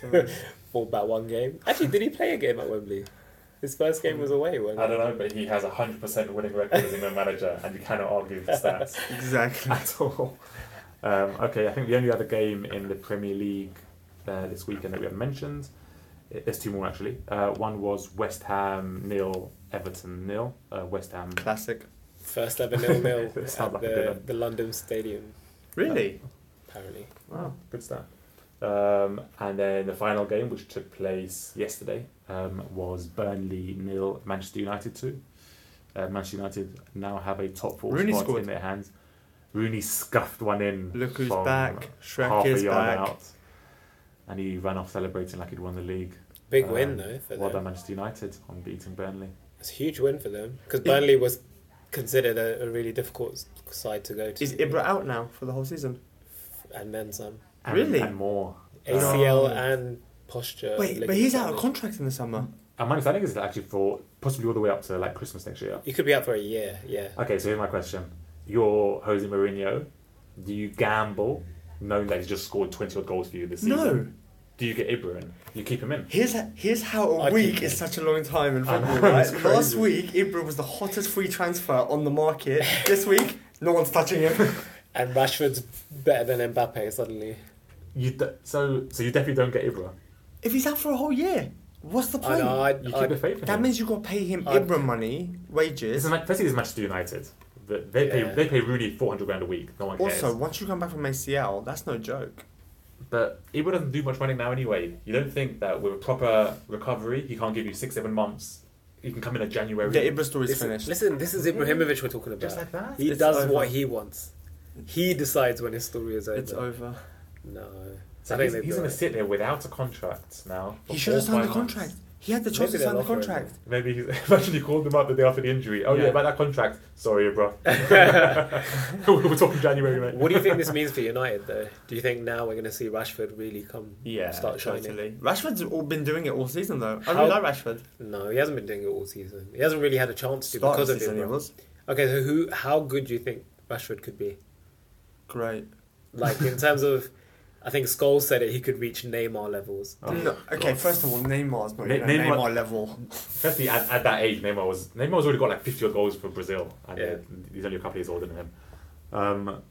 [SPEAKER 3] So
[SPEAKER 4] All about one game. Actually, did he play a game at Wembley? His first game was away, wasn't
[SPEAKER 2] I don't know, but he has a hundred percent winning record as England manager, and you cannot argue with the stats.
[SPEAKER 3] exactly.
[SPEAKER 2] at all. Um, okay, I think the only other game in the Premier League uh, this weekend that we haven't mentioned, i- there's two more actually. Uh, one was West Ham nil, Everton nil. Uh, West Ham.
[SPEAKER 3] Classic.
[SPEAKER 4] it? First ever nil-nil
[SPEAKER 2] It
[SPEAKER 4] at
[SPEAKER 2] sounds like a good
[SPEAKER 4] the,
[SPEAKER 2] one.
[SPEAKER 4] the London Stadium,
[SPEAKER 3] Really?
[SPEAKER 4] apparently.
[SPEAKER 2] Wow, good start. Um, and then the final game, which took place yesterday, um, was Burnley nil, Manchester United two. Uh, Manchester United now have a top four
[SPEAKER 3] Rooney
[SPEAKER 2] spot
[SPEAKER 3] scored.
[SPEAKER 2] in their hands. Rooney scuffed one in.
[SPEAKER 3] Look who's
[SPEAKER 2] from
[SPEAKER 3] back. Shrek
[SPEAKER 2] half a
[SPEAKER 3] is
[SPEAKER 2] yard
[SPEAKER 3] back.
[SPEAKER 2] out, and he ran off celebrating like he'd won the league.
[SPEAKER 4] Big
[SPEAKER 2] Um,
[SPEAKER 4] win, though, for
[SPEAKER 2] well
[SPEAKER 4] them.
[SPEAKER 2] done, Manchester United, on beating Burnley.
[SPEAKER 4] It's a huge win for them, because Burnley was considered a, a really difficult s- side to go to.
[SPEAKER 3] Is Ibra out now for the whole season?
[SPEAKER 4] And then some.
[SPEAKER 2] And,
[SPEAKER 3] Really?
[SPEAKER 2] And more. Um,
[SPEAKER 3] No.
[SPEAKER 4] ACL and posture.
[SPEAKER 3] Wait, but
[SPEAKER 4] ligament
[SPEAKER 3] he's out of
[SPEAKER 4] damage.
[SPEAKER 3] contract in the summer.
[SPEAKER 2] And my understanding is that actually for possibly all the way up to like Christmas next year.
[SPEAKER 4] You could be out for a year, yeah.
[SPEAKER 2] Okay, so here's my question: You're Jose Mourinho. Do you gamble, knowing that he's just scored twenty odd goals for you this season?
[SPEAKER 3] No.
[SPEAKER 2] Do you get Ibra in? You keep him in.
[SPEAKER 3] Here's here's how a
[SPEAKER 4] I
[SPEAKER 3] week
[SPEAKER 4] think-
[SPEAKER 3] is such a long time in
[SPEAKER 2] I know,
[SPEAKER 3] football. Right?
[SPEAKER 2] it's crazy.
[SPEAKER 3] Last week, Ibra was the hottest free transfer on the market. this week, no one's touching him.
[SPEAKER 4] And Rashford's better than Mbappe suddenly.
[SPEAKER 2] You d so so you definitely don't get Ibra.
[SPEAKER 3] if he's out for a whole year, what's the
[SPEAKER 4] I
[SPEAKER 3] point?
[SPEAKER 4] know, I,
[SPEAKER 2] You keep
[SPEAKER 4] I,
[SPEAKER 2] the faith in
[SPEAKER 3] Uh, that
[SPEAKER 2] him.
[SPEAKER 3] means you got to pay him
[SPEAKER 4] I-
[SPEAKER 3] Ibra money, wages.
[SPEAKER 2] It's a, firstly, it's Manchester United. But they pay
[SPEAKER 4] Yeah.
[SPEAKER 2] they pay Rooney four hundred grand a week. No one cares.
[SPEAKER 3] Also, once you come back from ACL, that's no joke.
[SPEAKER 2] But Ibra doesn't do much running now anyway. You don't think that with a proper recovery, he can't give you six, seven months. He can come in in January.
[SPEAKER 3] The Ibra story's
[SPEAKER 4] listen,
[SPEAKER 3] finished.
[SPEAKER 4] listen, this is Ibrahimovic we're talking about.
[SPEAKER 2] Just like that?
[SPEAKER 4] He
[SPEAKER 3] It's
[SPEAKER 4] does
[SPEAKER 3] over.
[SPEAKER 4] what he wants. He decides when his story is over.
[SPEAKER 3] It's over.
[SPEAKER 4] No.
[SPEAKER 2] so
[SPEAKER 4] I think
[SPEAKER 2] he's,
[SPEAKER 4] they'd be
[SPEAKER 2] he's going
[SPEAKER 4] alright.
[SPEAKER 2] to sit there without a contract now. for
[SPEAKER 3] He should have
[SPEAKER 2] four,
[SPEAKER 3] signed the
[SPEAKER 2] five months.
[SPEAKER 3] contract. He had the
[SPEAKER 4] Maybe
[SPEAKER 3] chance to
[SPEAKER 4] they'll
[SPEAKER 3] sign the
[SPEAKER 4] offer him
[SPEAKER 3] contract.
[SPEAKER 2] Maybe he's imagine he called them up the day after the injury. Oh yeah,
[SPEAKER 3] Yeah.
[SPEAKER 2] about that contract. Sorry, Ibra. We're talking January, mate.
[SPEAKER 4] What do you think this means for United, though? Do you think now we're going to see Rashford really come
[SPEAKER 3] Yeah,
[SPEAKER 4] start shining?
[SPEAKER 3] totally. Rashford's all been doing it all season though. I
[SPEAKER 4] How-
[SPEAKER 3] really like Rashford.
[SPEAKER 4] No, he hasn't been doing it all season. He hasn't really had a chance to
[SPEAKER 3] Start of
[SPEAKER 4] because
[SPEAKER 3] the
[SPEAKER 4] of
[SPEAKER 3] season he
[SPEAKER 4] Ibra.
[SPEAKER 3] was
[SPEAKER 4] Okay, so who? How good do you think Rashford could be?
[SPEAKER 3] great.
[SPEAKER 4] Like in terms of, I think Scholes said it. He could reach Neymar levels.
[SPEAKER 2] Oh,
[SPEAKER 3] No, okay,
[SPEAKER 2] God.
[SPEAKER 3] first of all, Neymar's not
[SPEAKER 2] Ne-
[SPEAKER 3] even
[SPEAKER 2] Neymar-
[SPEAKER 3] Neymar, Neymar level.
[SPEAKER 2] Firstly, at, at that age, Neymar was Neymar's already got like fifty odd goals for Brazil, and
[SPEAKER 4] Yeah.
[SPEAKER 2] he's only a couple years older than him. Um,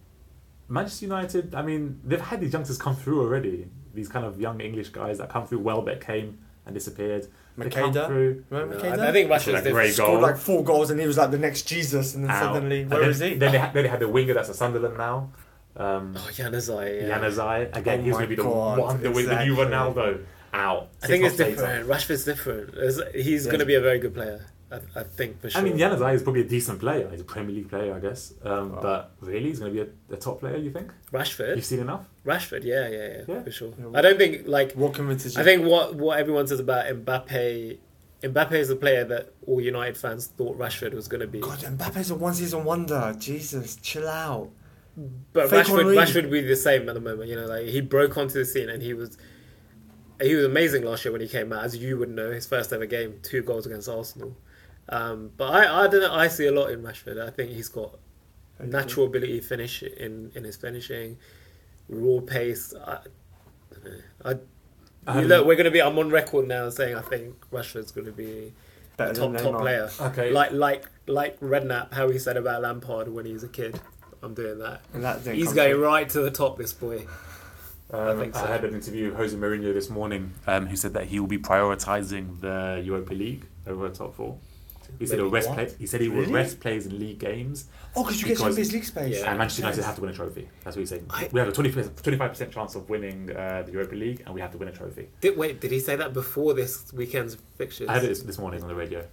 [SPEAKER 2] Manchester United, I mean, they've had these youngsters come through already. These kind of young English guys that come through. Welbeck came and disappeared. They come
[SPEAKER 3] Makeda?
[SPEAKER 2] through.
[SPEAKER 3] Remember
[SPEAKER 4] No,
[SPEAKER 3] Keita?
[SPEAKER 4] I, I
[SPEAKER 2] Actually,
[SPEAKER 4] think Rashford's
[SPEAKER 2] that
[SPEAKER 4] diff-
[SPEAKER 2] great
[SPEAKER 3] scored
[SPEAKER 2] goal.
[SPEAKER 3] like four goals and he was like the next Jesus, and then
[SPEAKER 2] out.
[SPEAKER 3] suddenly
[SPEAKER 2] And
[SPEAKER 3] where
[SPEAKER 2] then,
[SPEAKER 3] is he?
[SPEAKER 2] Then they, ha- then they had the winger that's at Sunderland now. Um,
[SPEAKER 4] Oh, Januzaj. Yeah.
[SPEAKER 2] Yanazai again.
[SPEAKER 3] Oh
[SPEAKER 2] he's
[SPEAKER 3] my
[SPEAKER 2] going to be the
[SPEAKER 3] God,
[SPEAKER 2] one, the, the new
[SPEAKER 3] exactly.
[SPEAKER 2] Ronaldo out.
[SPEAKER 4] I think it's
[SPEAKER 2] Six months later.
[SPEAKER 4] different. Rashford's different. It's- He's
[SPEAKER 3] Yeah.
[SPEAKER 4] going to be a very good player. I, I think for sure.
[SPEAKER 2] I mean, Yanazai is probably a decent player. He's a Premier League player, I guess. Um,
[SPEAKER 3] Wow.
[SPEAKER 2] But really, he's going to be a, a top player. You think? You've
[SPEAKER 4] Rashford.
[SPEAKER 2] seen enough?
[SPEAKER 4] Rashford. Yeah, yeah, yeah,
[SPEAKER 2] Yeah.
[SPEAKER 4] for sure.
[SPEAKER 3] Yeah,
[SPEAKER 4] I don't think like
[SPEAKER 3] What convinces you?
[SPEAKER 4] I think what what everyone says about Mbappe. Mbappe is the player that all United fans thought Rashford was going to be.
[SPEAKER 3] God, Mbappe's a one-season wonder. Jesus, chill out.
[SPEAKER 4] But
[SPEAKER 3] Fake
[SPEAKER 4] Rashford,
[SPEAKER 3] Henry.
[SPEAKER 4] Rashford would be the same at the moment. You know, like he broke onto the scene and he was, he was amazing last year when he came out. As you would know, his first ever game, two goals against Arsenal. Um, but I, I don't know. I see a lot in Rashford. I think he's got natural ability finish in in his finishing, raw pace. I, I,
[SPEAKER 2] I had
[SPEAKER 4] look, we're going to be. I'm on record now saying I think Rashford's going to be a
[SPEAKER 3] Better
[SPEAKER 4] top
[SPEAKER 3] than
[SPEAKER 4] top
[SPEAKER 3] Neymar.
[SPEAKER 4] player.
[SPEAKER 2] Okay.
[SPEAKER 4] Like like like Redknapp, how he said about Lampard when he was a kid. I'm doing that.
[SPEAKER 3] And that didn't
[SPEAKER 4] He's
[SPEAKER 3] come
[SPEAKER 4] going
[SPEAKER 3] through.
[SPEAKER 4] right to the top, this boy.
[SPEAKER 2] Um, I,
[SPEAKER 4] think so.
[SPEAKER 2] had an interview with Jose Mourinho this morning, um, who said that he will be prioritising the Europa League over the top four. He said,
[SPEAKER 4] Maybe
[SPEAKER 2] he'll rest
[SPEAKER 4] what?
[SPEAKER 2] play, he said he will
[SPEAKER 3] Really?
[SPEAKER 2] rest players in league games,
[SPEAKER 3] Oh, because you get
[SPEAKER 2] Because-
[SPEAKER 3] Champions League space.
[SPEAKER 4] Yeah.
[SPEAKER 2] and Manchester United
[SPEAKER 3] Yes.
[SPEAKER 2] have to win a trophy. That's what he's saying.
[SPEAKER 4] I-
[SPEAKER 2] we have a 25 percent chance of winning uh, the Europa League, and we have to win a trophy.
[SPEAKER 4] Did, wait, did he say that before this weekend's fixtures?
[SPEAKER 2] I heard it this, this morning on the radio.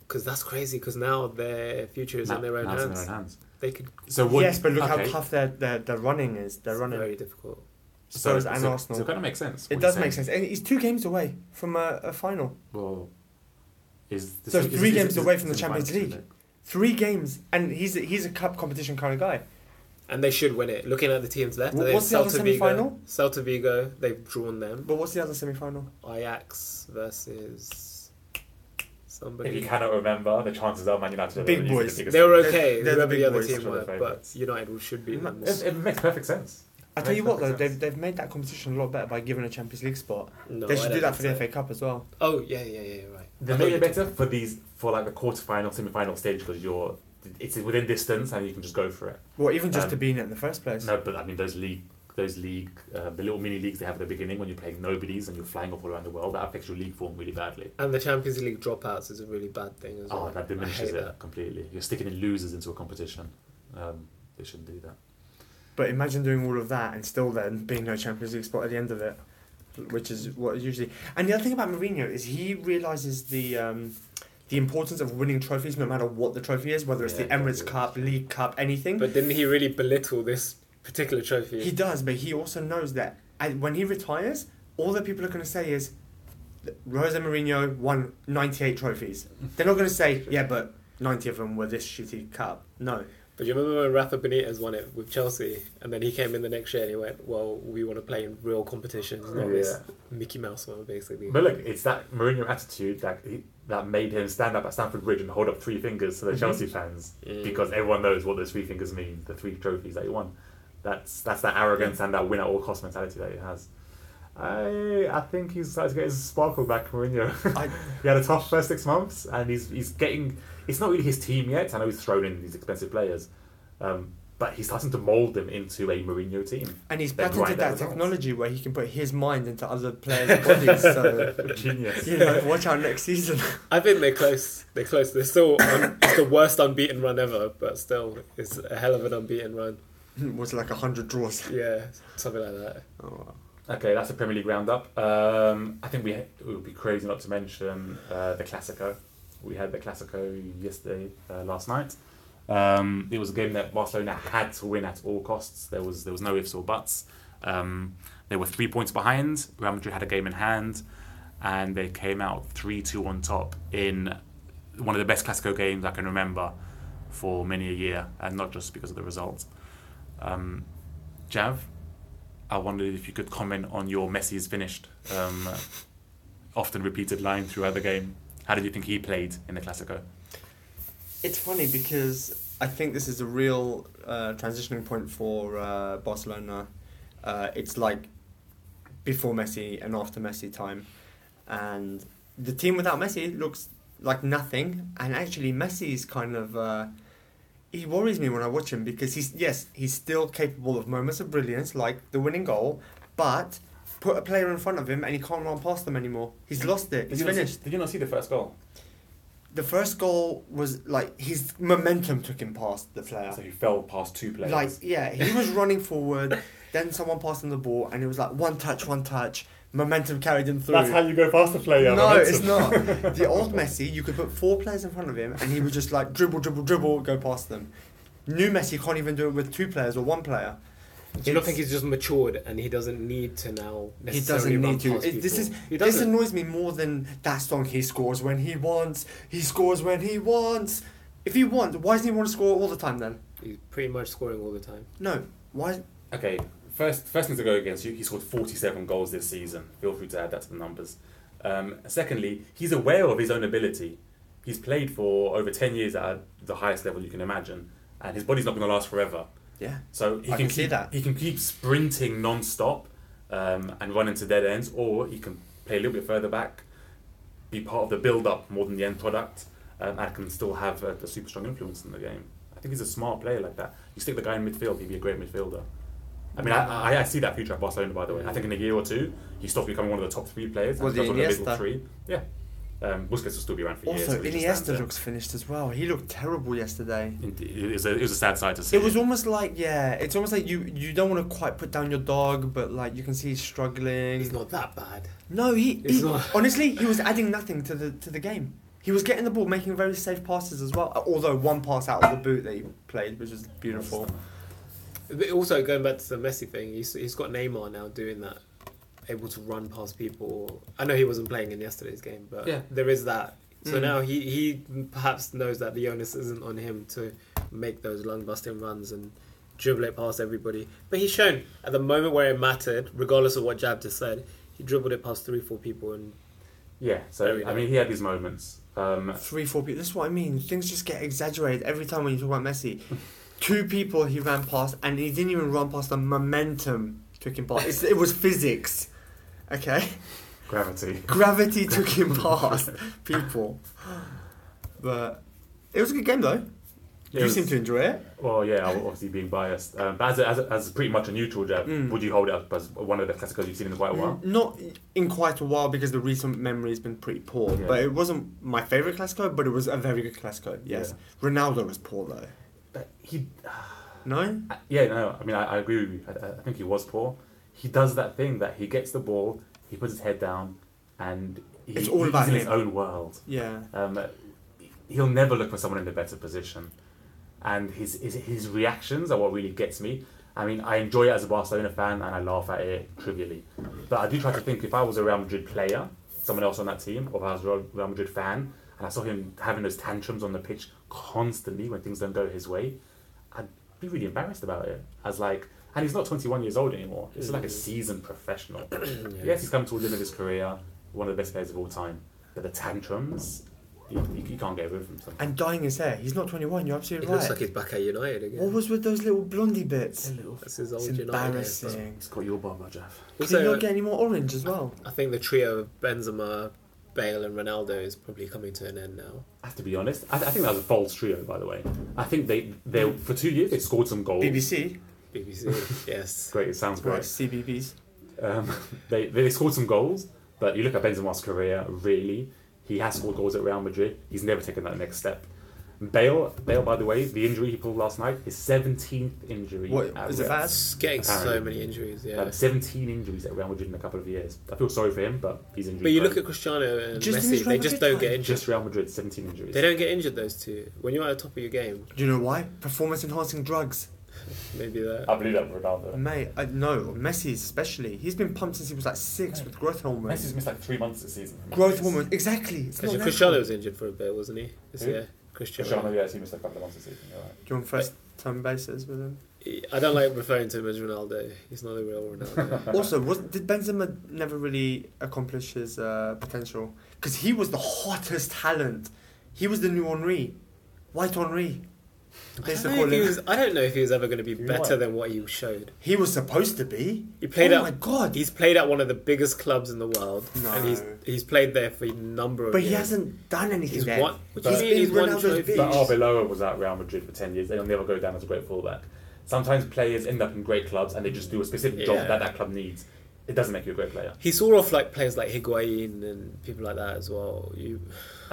[SPEAKER 4] Because that's crazy. Because now their future is
[SPEAKER 2] Now-
[SPEAKER 4] in their own
[SPEAKER 2] now it's
[SPEAKER 4] hands.
[SPEAKER 2] in their own hands.
[SPEAKER 4] They could.
[SPEAKER 2] So what?
[SPEAKER 3] yes, but look
[SPEAKER 2] okay,
[SPEAKER 3] how tough their, their, their running is. Their
[SPEAKER 4] It's
[SPEAKER 3] running
[SPEAKER 4] very difficult.
[SPEAKER 2] So,
[SPEAKER 3] Spurs and
[SPEAKER 2] so-
[SPEAKER 3] Arsenal.
[SPEAKER 2] So it kind of makes sense.
[SPEAKER 3] it
[SPEAKER 2] what
[SPEAKER 3] does
[SPEAKER 2] you're
[SPEAKER 3] make
[SPEAKER 2] saying.
[SPEAKER 3] sense. And it's two games away from a, a final.
[SPEAKER 2] Well, is the
[SPEAKER 3] So three games away from the
[SPEAKER 2] in
[SPEAKER 3] Champions
[SPEAKER 2] finals,
[SPEAKER 3] League.
[SPEAKER 2] isn't it?
[SPEAKER 3] Three games, and he's a, he's a cup competition kind of guy.
[SPEAKER 4] And they should win it. Looking at the teams left,
[SPEAKER 3] Wh-
[SPEAKER 4] they have
[SPEAKER 3] what's the other
[SPEAKER 4] Celta Vigo.
[SPEAKER 3] semi-final?
[SPEAKER 4] Celta Vigo. They've drawn them.
[SPEAKER 3] But what's the other semi final?
[SPEAKER 4] Ajax versus
[SPEAKER 2] If
[SPEAKER 4] somebody.
[SPEAKER 2] you cannot remember, the chances are Man United are
[SPEAKER 3] Big
[SPEAKER 2] the- is the
[SPEAKER 3] boys.
[SPEAKER 2] biggest-
[SPEAKER 4] They were okay.
[SPEAKER 3] They're- they're the
[SPEAKER 4] Whoever the,
[SPEAKER 3] big
[SPEAKER 4] other
[SPEAKER 3] boys.
[SPEAKER 4] team
[SPEAKER 2] Sure,
[SPEAKER 4] were,
[SPEAKER 2] they're
[SPEAKER 4] but
[SPEAKER 2] favourites.
[SPEAKER 4] United should be.
[SPEAKER 3] No,
[SPEAKER 4] in
[SPEAKER 2] It,
[SPEAKER 4] this.
[SPEAKER 2] it makes perfect sense.
[SPEAKER 3] I tell
[SPEAKER 2] Makes
[SPEAKER 3] you what though,
[SPEAKER 2] perfect
[SPEAKER 3] they've,
[SPEAKER 2] sense.
[SPEAKER 3] they've made that competition a lot better by giving a Champions League spot.
[SPEAKER 4] No,
[SPEAKER 3] they
[SPEAKER 4] I
[SPEAKER 3] should do
[SPEAKER 4] don't
[SPEAKER 3] that for the
[SPEAKER 4] think
[SPEAKER 3] FA Cup as well.
[SPEAKER 4] so. Oh yeah, yeah, yeah, right.
[SPEAKER 2] They
[SPEAKER 4] I
[SPEAKER 2] made
[SPEAKER 4] thought
[SPEAKER 2] it
[SPEAKER 4] you-
[SPEAKER 2] better for these for like the quarterfinal, semi-final stage because you're it's within distance and you can just go for it.
[SPEAKER 3] Well, even just
[SPEAKER 2] Um,
[SPEAKER 3] to be in it in the first place.
[SPEAKER 2] No, but I mean those league, those league, uh, the little mini leagues they have at the beginning when you're playing nobodies and you're flying off all around the world that affects your league form really badly.
[SPEAKER 4] And the Champions League dropouts is a really bad thing as
[SPEAKER 2] Oh,
[SPEAKER 4] well.
[SPEAKER 2] that
[SPEAKER 4] I hate
[SPEAKER 2] diminishes it
[SPEAKER 4] that.
[SPEAKER 2] completely. You're sticking in losers into a competition. Um, they shouldn't do that.
[SPEAKER 3] But imagine doing all of that and still then being no Champions League spot at the end of it, which is what is usually. And the other thing about Mourinho is he realizes the um, the importance of winning trophies, no matter what the trophy is, whether it's
[SPEAKER 2] Yeah,
[SPEAKER 3] the Emirates
[SPEAKER 2] exactly.
[SPEAKER 3] Cup, League Cup, anything.
[SPEAKER 4] But didn't he really belittle this particular trophy?
[SPEAKER 3] he does, but he also knows that and when he retires, all that people are going to say is, Jose Mourinho won ninety eight trophies. They're not going to say, yeah, but ninety of them were this shitty cup. No,
[SPEAKER 4] But you remember when Rafa Benitez won it with Chelsea, and then he came in the next year and he went, "Well, we want to play in real competitions, not this Mickey Mouse one, basically."
[SPEAKER 2] But look, it's that Mourinho attitude that he, that made him stand up at Stamford Bridge and hold up three fingers to the
[SPEAKER 3] Mhm.
[SPEAKER 2] Chelsea fans
[SPEAKER 4] Mm.
[SPEAKER 2] because everyone knows what those three fingers mean, the three trophies that he won. That's that's that arrogance and that win at all cost mentality that he has. I I think he's starting to get his sparkle back, Mourinho.
[SPEAKER 3] I-
[SPEAKER 2] he had a tough first six months, and he's he's getting. It's not really his team yet. I know he's thrown in these expensive players, um, but he's starting to mold them into a Mourinho team.
[SPEAKER 3] and he's
[SPEAKER 2] Then right,
[SPEAKER 3] patented
[SPEAKER 2] that
[SPEAKER 3] that
[SPEAKER 2] was ours.
[SPEAKER 3] technology where he can put his mind into other players' bodies. So.
[SPEAKER 2] Genius.
[SPEAKER 3] you know, watch out next season.
[SPEAKER 4] I think they're close. They're close. They're still un- it's the worst unbeaten run ever, but still, it's a hell of an unbeaten run.
[SPEAKER 3] was like a hundred draws. Oh,
[SPEAKER 4] Yeah, something like that.
[SPEAKER 2] Okay, that's the Premier League roundup. Um, I think we it would be crazy not to mention uh, the Classico. We had the Classico yesterday, uh, last night. Um, it was a game that Barcelona had to win at all costs. There was there was no ifs or buts. Um, they were three points behind. Real Madrid had a game in hand, and they came out three two on top in one of the best Classico games I can remember for many a year, and not just because of the result. Um, Jav, I wondered if you could comment on your Messi's finished, um, often repeated line throughout the game. How did you think he played in the Classico?
[SPEAKER 3] It's funny because I think this is a real uh, transitioning point for uh, Barcelona. Uh, it's like before Messi and after Messi time, and the team without Messi looks like nothing. And actually, Messi's kind of. Uh, he worries me when I watch him because he's yes he's still capable of moments of brilliance like the winning goal, but put a player in front of him and he can't run past them anymore. He's lost it. He's finished.
[SPEAKER 2] did you not see the first goal?
[SPEAKER 3] The first goal was like his momentum took him past the player.
[SPEAKER 2] So he fell past two players.
[SPEAKER 3] Like yeah, he was running forward. Then someone passed him the ball, and it was like one touch, one touch. Momentum carried him through.
[SPEAKER 2] you go past the player.
[SPEAKER 3] no, it's not. The old Messi, you could put four players in front of him, and he would just like dribble, dribble, dribble, go past them. New Messi can't even do it with two players or one player.
[SPEAKER 4] Do you not
[SPEAKER 3] It's-
[SPEAKER 4] think he's just matured and he doesn't need to now
[SPEAKER 3] He
[SPEAKER 4] necessarily
[SPEAKER 3] doesn't need
[SPEAKER 4] run
[SPEAKER 3] to.
[SPEAKER 4] past
[SPEAKER 3] It- this is
[SPEAKER 4] people? he
[SPEAKER 3] this
[SPEAKER 4] doesn't.
[SPEAKER 3] annoys me more than that song. He scores when he wants. He scores when he wants. If he wants, why doesn't he want to score all the time then?
[SPEAKER 4] He's pretty much scoring all the time.
[SPEAKER 3] No. Why?
[SPEAKER 2] Okay, first first thing to go against you. He scored forty-seven goals this season. Feel free to add that to the numbers. Um, secondly, he's aware of his own ability. He's played for over ten years at the highest level you can imagine, and his body's not going to last forever.
[SPEAKER 3] Yeah.
[SPEAKER 2] So he
[SPEAKER 3] I
[SPEAKER 2] can
[SPEAKER 3] can see
[SPEAKER 2] keep,
[SPEAKER 3] that.
[SPEAKER 2] He can keep sprinting non-stop um, and run into dead ends, or he can play a little bit further back, be part of the build-up more than the end product, um, and can still have a, a super strong influence in the game. I think he's a smart player like that. You stick the guy in midfield, he'd be a great midfielder. I mean, I, I, I see that future at Barcelona, by the way. I think in a year or two, he stops becoming one of the top three players. and
[SPEAKER 3] Was it
[SPEAKER 2] becomes one of the
[SPEAKER 3] Iniesta?
[SPEAKER 2] middle three. Yeah. Um, Busquets will still be around for years.
[SPEAKER 3] Also,
[SPEAKER 2] but he just stands
[SPEAKER 3] Iniesta
[SPEAKER 2] there.
[SPEAKER 3] looks finished as well. He looked terrible yesterday.
[SPEAKER 5] It, it, was a, it was a sad sight to see.
[SPEAKER 3] It was almost like yeah, it's almost like you you don't want to quite put down your dog, but like you can see he's struggling.
[SPEAKER 4] He's not that bad.
[SPEAKER 3] no, he,
[SPEAKER 4] He's
[SPEAKER 3] he-
[SPEAKER 4] not-
[SPEAKER 3] honestly he was adding nothing to the to the game. He was getting the ball, making very safe passes as well. Although one pass out of the boot that he played, which was beautiful.
[SPEAKER 4] But also going back to the Messi thing, he's, he's got Neymar now doing that, able to run past people. I know he wasn't playing in yesterday's game, but
[SPEAKER 3] Yeah.
[SPEAKER 4] there is that. So
[SPEAKER 3] Mm.
[SPEAKER 4] now he, he perhaps knows that the onus isn't on him to make those lung busting runs and dribble it past everybody. But he's shown at the moment where it mattered, regardless of what Jab just said, he dribbled it past three, four people and
[SPEAKER 2] Yeah,
[SPEAKER 4] There
[SPEAKER 2] so,
[SPEAKER 4] we
[SPEAKER 2] I
[SPEAKER 4] go.
[SPEAKER 2] mean, he had these moments. Um,
[SPEAKER 3] Three, four people. This is what I mean. Things just get exaggerated every time when you talk about Messi. Two people he ran past, and he didn't even run past the momentum took him past. It's, it was physics. Okay.
[SPEAKER 2] gravity.
[SPEAKER 3] gravity took him past people. But it was a good game though.
[SPEAKER 2] It
[SPEAKER 3] you
[SPEAKER 2] was-
[SPEAKER 3] seem to enjoy it.
[SPEAKER 2] Well, yeah, ob- obviously being biased. Um, but as, a, as, a, as pretty much a neutral jab,
[SPEAKER 3] Mm.
[SPEAKER 2] would you hold it up as one of the classicals you've seen in quite a while?
[SPEAKER 3] N- Not in quite a while because the recent memory has been pretty poor.
[SPEAKER 2] Yeah.
[SPEAKER 3] But it wasn't my favourite Clasico, but it was a very good Clasico. Yes. Ronaldo was poor though.
[SPEAKER 2] But he,
[SPEAKER 3] No?
[SPEAKER 2] Uh, Yeah, no, I mean, I, I agree with you. I, I think he was poor. He does that thing that he gets the ball, he puts his head down, and he,
[SPEAKER 3] It's all
[SPEAKER 2] he's
[SPEAKER 3] about
[SPEAKER 2] in his
[SPEAKER 3] him.
[SPEAKER 2] own world.
[SPEAKER 3] Yeah.
[SPEAKER 2] Um, he'll never look for someone in a better position. And his, his, his reactions are what really gets me. I mean, I enjoy it as a Barcelona fan and I laugh at it trivially. But I do try to think if I was a Real Madrid player, someone else on that team, or if I was a Real Real Madrid fan, and I saw him having those tantrums on the pitch constantly when things don't go his way, I'd be really embarrassed about it. As like, and he's not 21 years old anymore. This is like a seasoned professional. Yes, he's come to the end of his career, one of the best players of all time. But the tantrums, you, you, you can't get away from something.
[SPEAKER 3] And dyeing his hair. He's not twenty one, you're
[SPEAKER 4] it
[SPEAKER 3] absolutely
[SPEAKER 4] looks
[SPEAKER 3] right.
[SPEAKER 4] like he's back at United again.
[SPEAKER 3] What was with those little blondie bits?
[SPEAKER 4] That's his old
[SPEAKER 3] It's
[SPEAKER 4] United. days, but-
[SPEAKER 3] embarrassing.
[SPEAKER 2] It's got your barber, Jeff.
[SPEAKER 3] Did
[SPEAKER 4] Also,
[SPEAKER 3] he not get any more orange as well?
[SPEAKER 4] I think the trio of Benzema, Bale, and Ronaldo is probably coming to an end now.
[SPEAKER 2] I have to be honest. I, I think that was a false trio, by the way. I think they they for two years they scored some goals.
[SPEAKER 3] BBC.
[SPEAKER 4] BBC, yes.
[SPEAKER 2] Great, it sounds
[SPEAKER 3] Right.
[SPEAKER 2] great.
[SPEAKER 3] CBBS.
[SPEAKER 2] Um, they they scored some goals, but you look at Benzema's career. Really, he has scored goals at Real Madrid. He's never taken that next step. Bale, Bale, by the way, the injury he pulled last night, his seventeenth injury.
[SPEAKER 3] What
[SPEAKER 2] at
[SPEAKER 3] is it
[SPEAKER 2] Real.
[SPEAKER 3] bad?
[SPEAKER 4] It's getting so
[SPEAKER 2] Apparently.
[SPEAKER 4] many injuries, yeah.
[SPEAKER 2] Um, 17 injuries at Real Madrid in a couple of years. I feel sorry for him, but he's injured.
[SPEAKER 4] but you look at Cristiano and
[SPEAKER 3] Just in
[SPEAKER 4] Messi,
[SPEAKER 3] his
[SPEAKER 4] they just
[SPEAKER 3] Real
[SPEAKER 4] don't get
[SPEAKER 3] Madrid
[SPEAKER 4] injured.
[SPEAKER 2] just Real Madrid, 17 injuries.
[SPEAKER 4] They don't get injured, those two. When you're at the top of your game,
[SPEAKER 3] Do you know why? Performance enhancing drugs.
[SPEAKER 4] maybe that.
[SPEAKER 2] I believe that for Ronaldo.
[SPEAKER 3] Mate, uh, no, Messi especially. He's been pumped since he was like six with growth hormone.
[SPEAKER 2] Messi's missed like three months this season.
[SPEAKER 3] growth hormone, exactly. It's not
[SPEAKER 4] Actually,
[SPEAKER 3] natural.
[SPEAKER 4] Cristiano was injured for a bit, wasn't he? This
[SPEAKER 2] Who?
[SPEAKER 4] year. Cristiano.
[SPEAKER 2] Cristiano, yes, he missed a couple of months this season. You're right.
[SPEAKER 3] Do you want first time bases with him?
[SPEAKER 4] I don't like referring to him as Ronaldo. He's not the real Ronaldo.
[SPEAKER 3] also, was, did Benzema never really accomplish his uh, potential? Because he was the hottest talent. He was the new Henri. White Henri. They
[SPEAKER 4] I
[SPEAKER 3] used to
[SPEAKER 4] don't, know
[SPEAKER 3] call
[SPEAKER 4] if he
[SPEAKER 3] him-
[SPEAKER 4] was, I don't know if he was ever going to be
[SPEAKER 2] You
[SPEAKER 4] better
[SPEAKER 2] might.
[SPEAKER 4] than what he showed.
[SPEAKER 3] He was supposed to be.
[SPEAKER 4] He played
[SPEAKER 3] oh
[SPEAKER 4] out-
[SPEAKER 3] my god.
[SPEAKER 4] He's played at one of the biggest clubs in the world,
[SPEAKER 3] No.
[SPEAKER 4] and he's he's played there for a number of
[SPEAKER 3] but
[SPEAKER 4] years.
[SPEAKER 3] he hasn't done anything
[SPEAKER 4] He's
[SPEAKER 3] there.
[SPEAKER 4] won. What do you
[SPEAKER 3] He's
[SPEAKER 4] mean he's
[SPEAKER 3] been
[SPEAKER 4] won
[SPEAKER 3] Ronaldo's
[SPEAKER 4] trophies?
[SPEAKER 3] big.
[SPEAKER 2] But Arbeloa was at Real Madrid for 10 years. They'll never go down as a great fullback. Sometimes players end up in great clubs and they just do a specific
[SPEAKER 4] Yeah.
[SPEAKER 2] job that that club needs. It doesn't make you a great player.
[SPEAKER 4] He saw off like players like Higuain and people like that as well. You,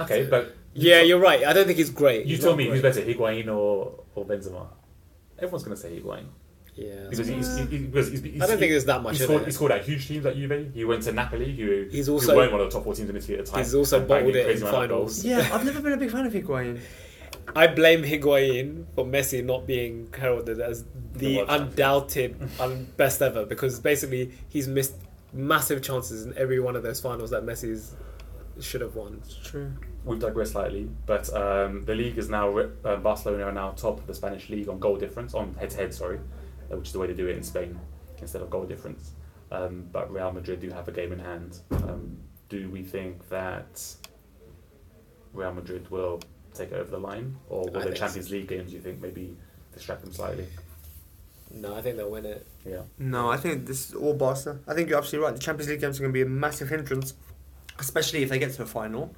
[SPEAKER 2] Okay, but you
[SPEAKER 4] yeah,
[SPEAKER 2] t-
[SPEAKER 4] you're right. I don't think he's great.
[SPEAKER 2] you
[SPEAKER 4] He's
[SPEAKER 2] tell
[SPEAKER 4] not
[SPEAKER 2] me who's
[SPEAKER 4] great.
[SPEAKER 2] better, Higuain or, or Benzema? Everyone's going to say Higuain.
[SPEAKER 4] Yeah,
[SPEAKER 2] Because he's, he- he- because he's, he's,
[SPEAKER 4] I don't think there's that much
[SPEAKER 2] He
[SPEAKER 4] in
[SPEAKER 2] scored,
[SPEAKER 4] it.
[SPEAKER 2] he scored at huge teams at Juve. He went to Napoli, who,
[SPEAKER 4] He's
[SPEAKER 2] who
[SPEAKER 4] also-
[SPEAKER 2] weren't one of the top four teams in Italy at the time.
[SPEAKER 4] he's also
[SPEAKER 2] and banging
[SPEAKER 4] bottled it
[SPEAKER 2] crazy
[SPEAKER 4] in
[SPEAKER 2] amount of
[SPEAKER 4] finals.
[SPEAKER 2] goals.
[SPEAKER 3] yeah, I've never been a big fan of Higuain.
[SPEAKER 4] I blame Higuain for Messi not being heralded as the,
[SPEAKER 2] The world champion.
[SPEAKER 4] undoubted um, best ever because basically he's missed massive chances in every one of those finals that Messi's should have won.
[SPEAKER 3] It's true.
[SPEAKER 2] We've digressed slightly, but um, the league is now re- uh, Barcelona are now top of the Spanish league on goal difference on head to head, sorry, uh, which is the way to do it in Spain instead of goal difference. Um, but Real Madrid do have a game in hand. Um, do we think that Real Madrid will take it over the line, or
[SPEAKER 4] I
[SPEAKER 2] will the
[SPEAKER 4] think so.
[SPEAKER 2] Champions League games? Do you think maybe distract them slightly?
[SPEAKER 4] No, I think they'll win it.
[SPEAKER 2] Yeah.
[SPEAKER 3] No, I think this is all Barca. I think you're absolutely right. The Champions League games are going to be a massive hindrance, especially if they get to a final.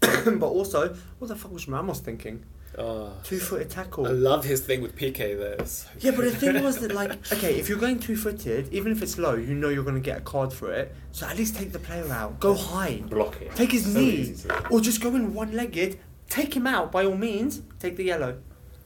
[SPEAKER 3] but also, what the fuck was Ramos thinking?
[SPEAKER 2] Ah.
[SPEAKER 4] Oh,
[SPEAKER 3] Two footed
[SPEAKER 4] I
[SPEAKER 3] tackle.
[SPEAKER 4] love his thing with PK though. It's so
[SPEAKER 3] Yeah, but the
[SPEAKER 4] good.
[SPEAKER 3] thing was that, like, okay, if you're going two footed, even if it's low, you know you're going to get a card for it. So at least take the player out. Go high.
[SPEAKER 2] Block it.
[SPEAKER 3] Take his
[SPEAKER 2] So
[SPEAKER 3] knee.
[SPEAKER 2] easy to-
[SPEAKER 3] Or just go in one legged. Take him out by all means. Take the yellow.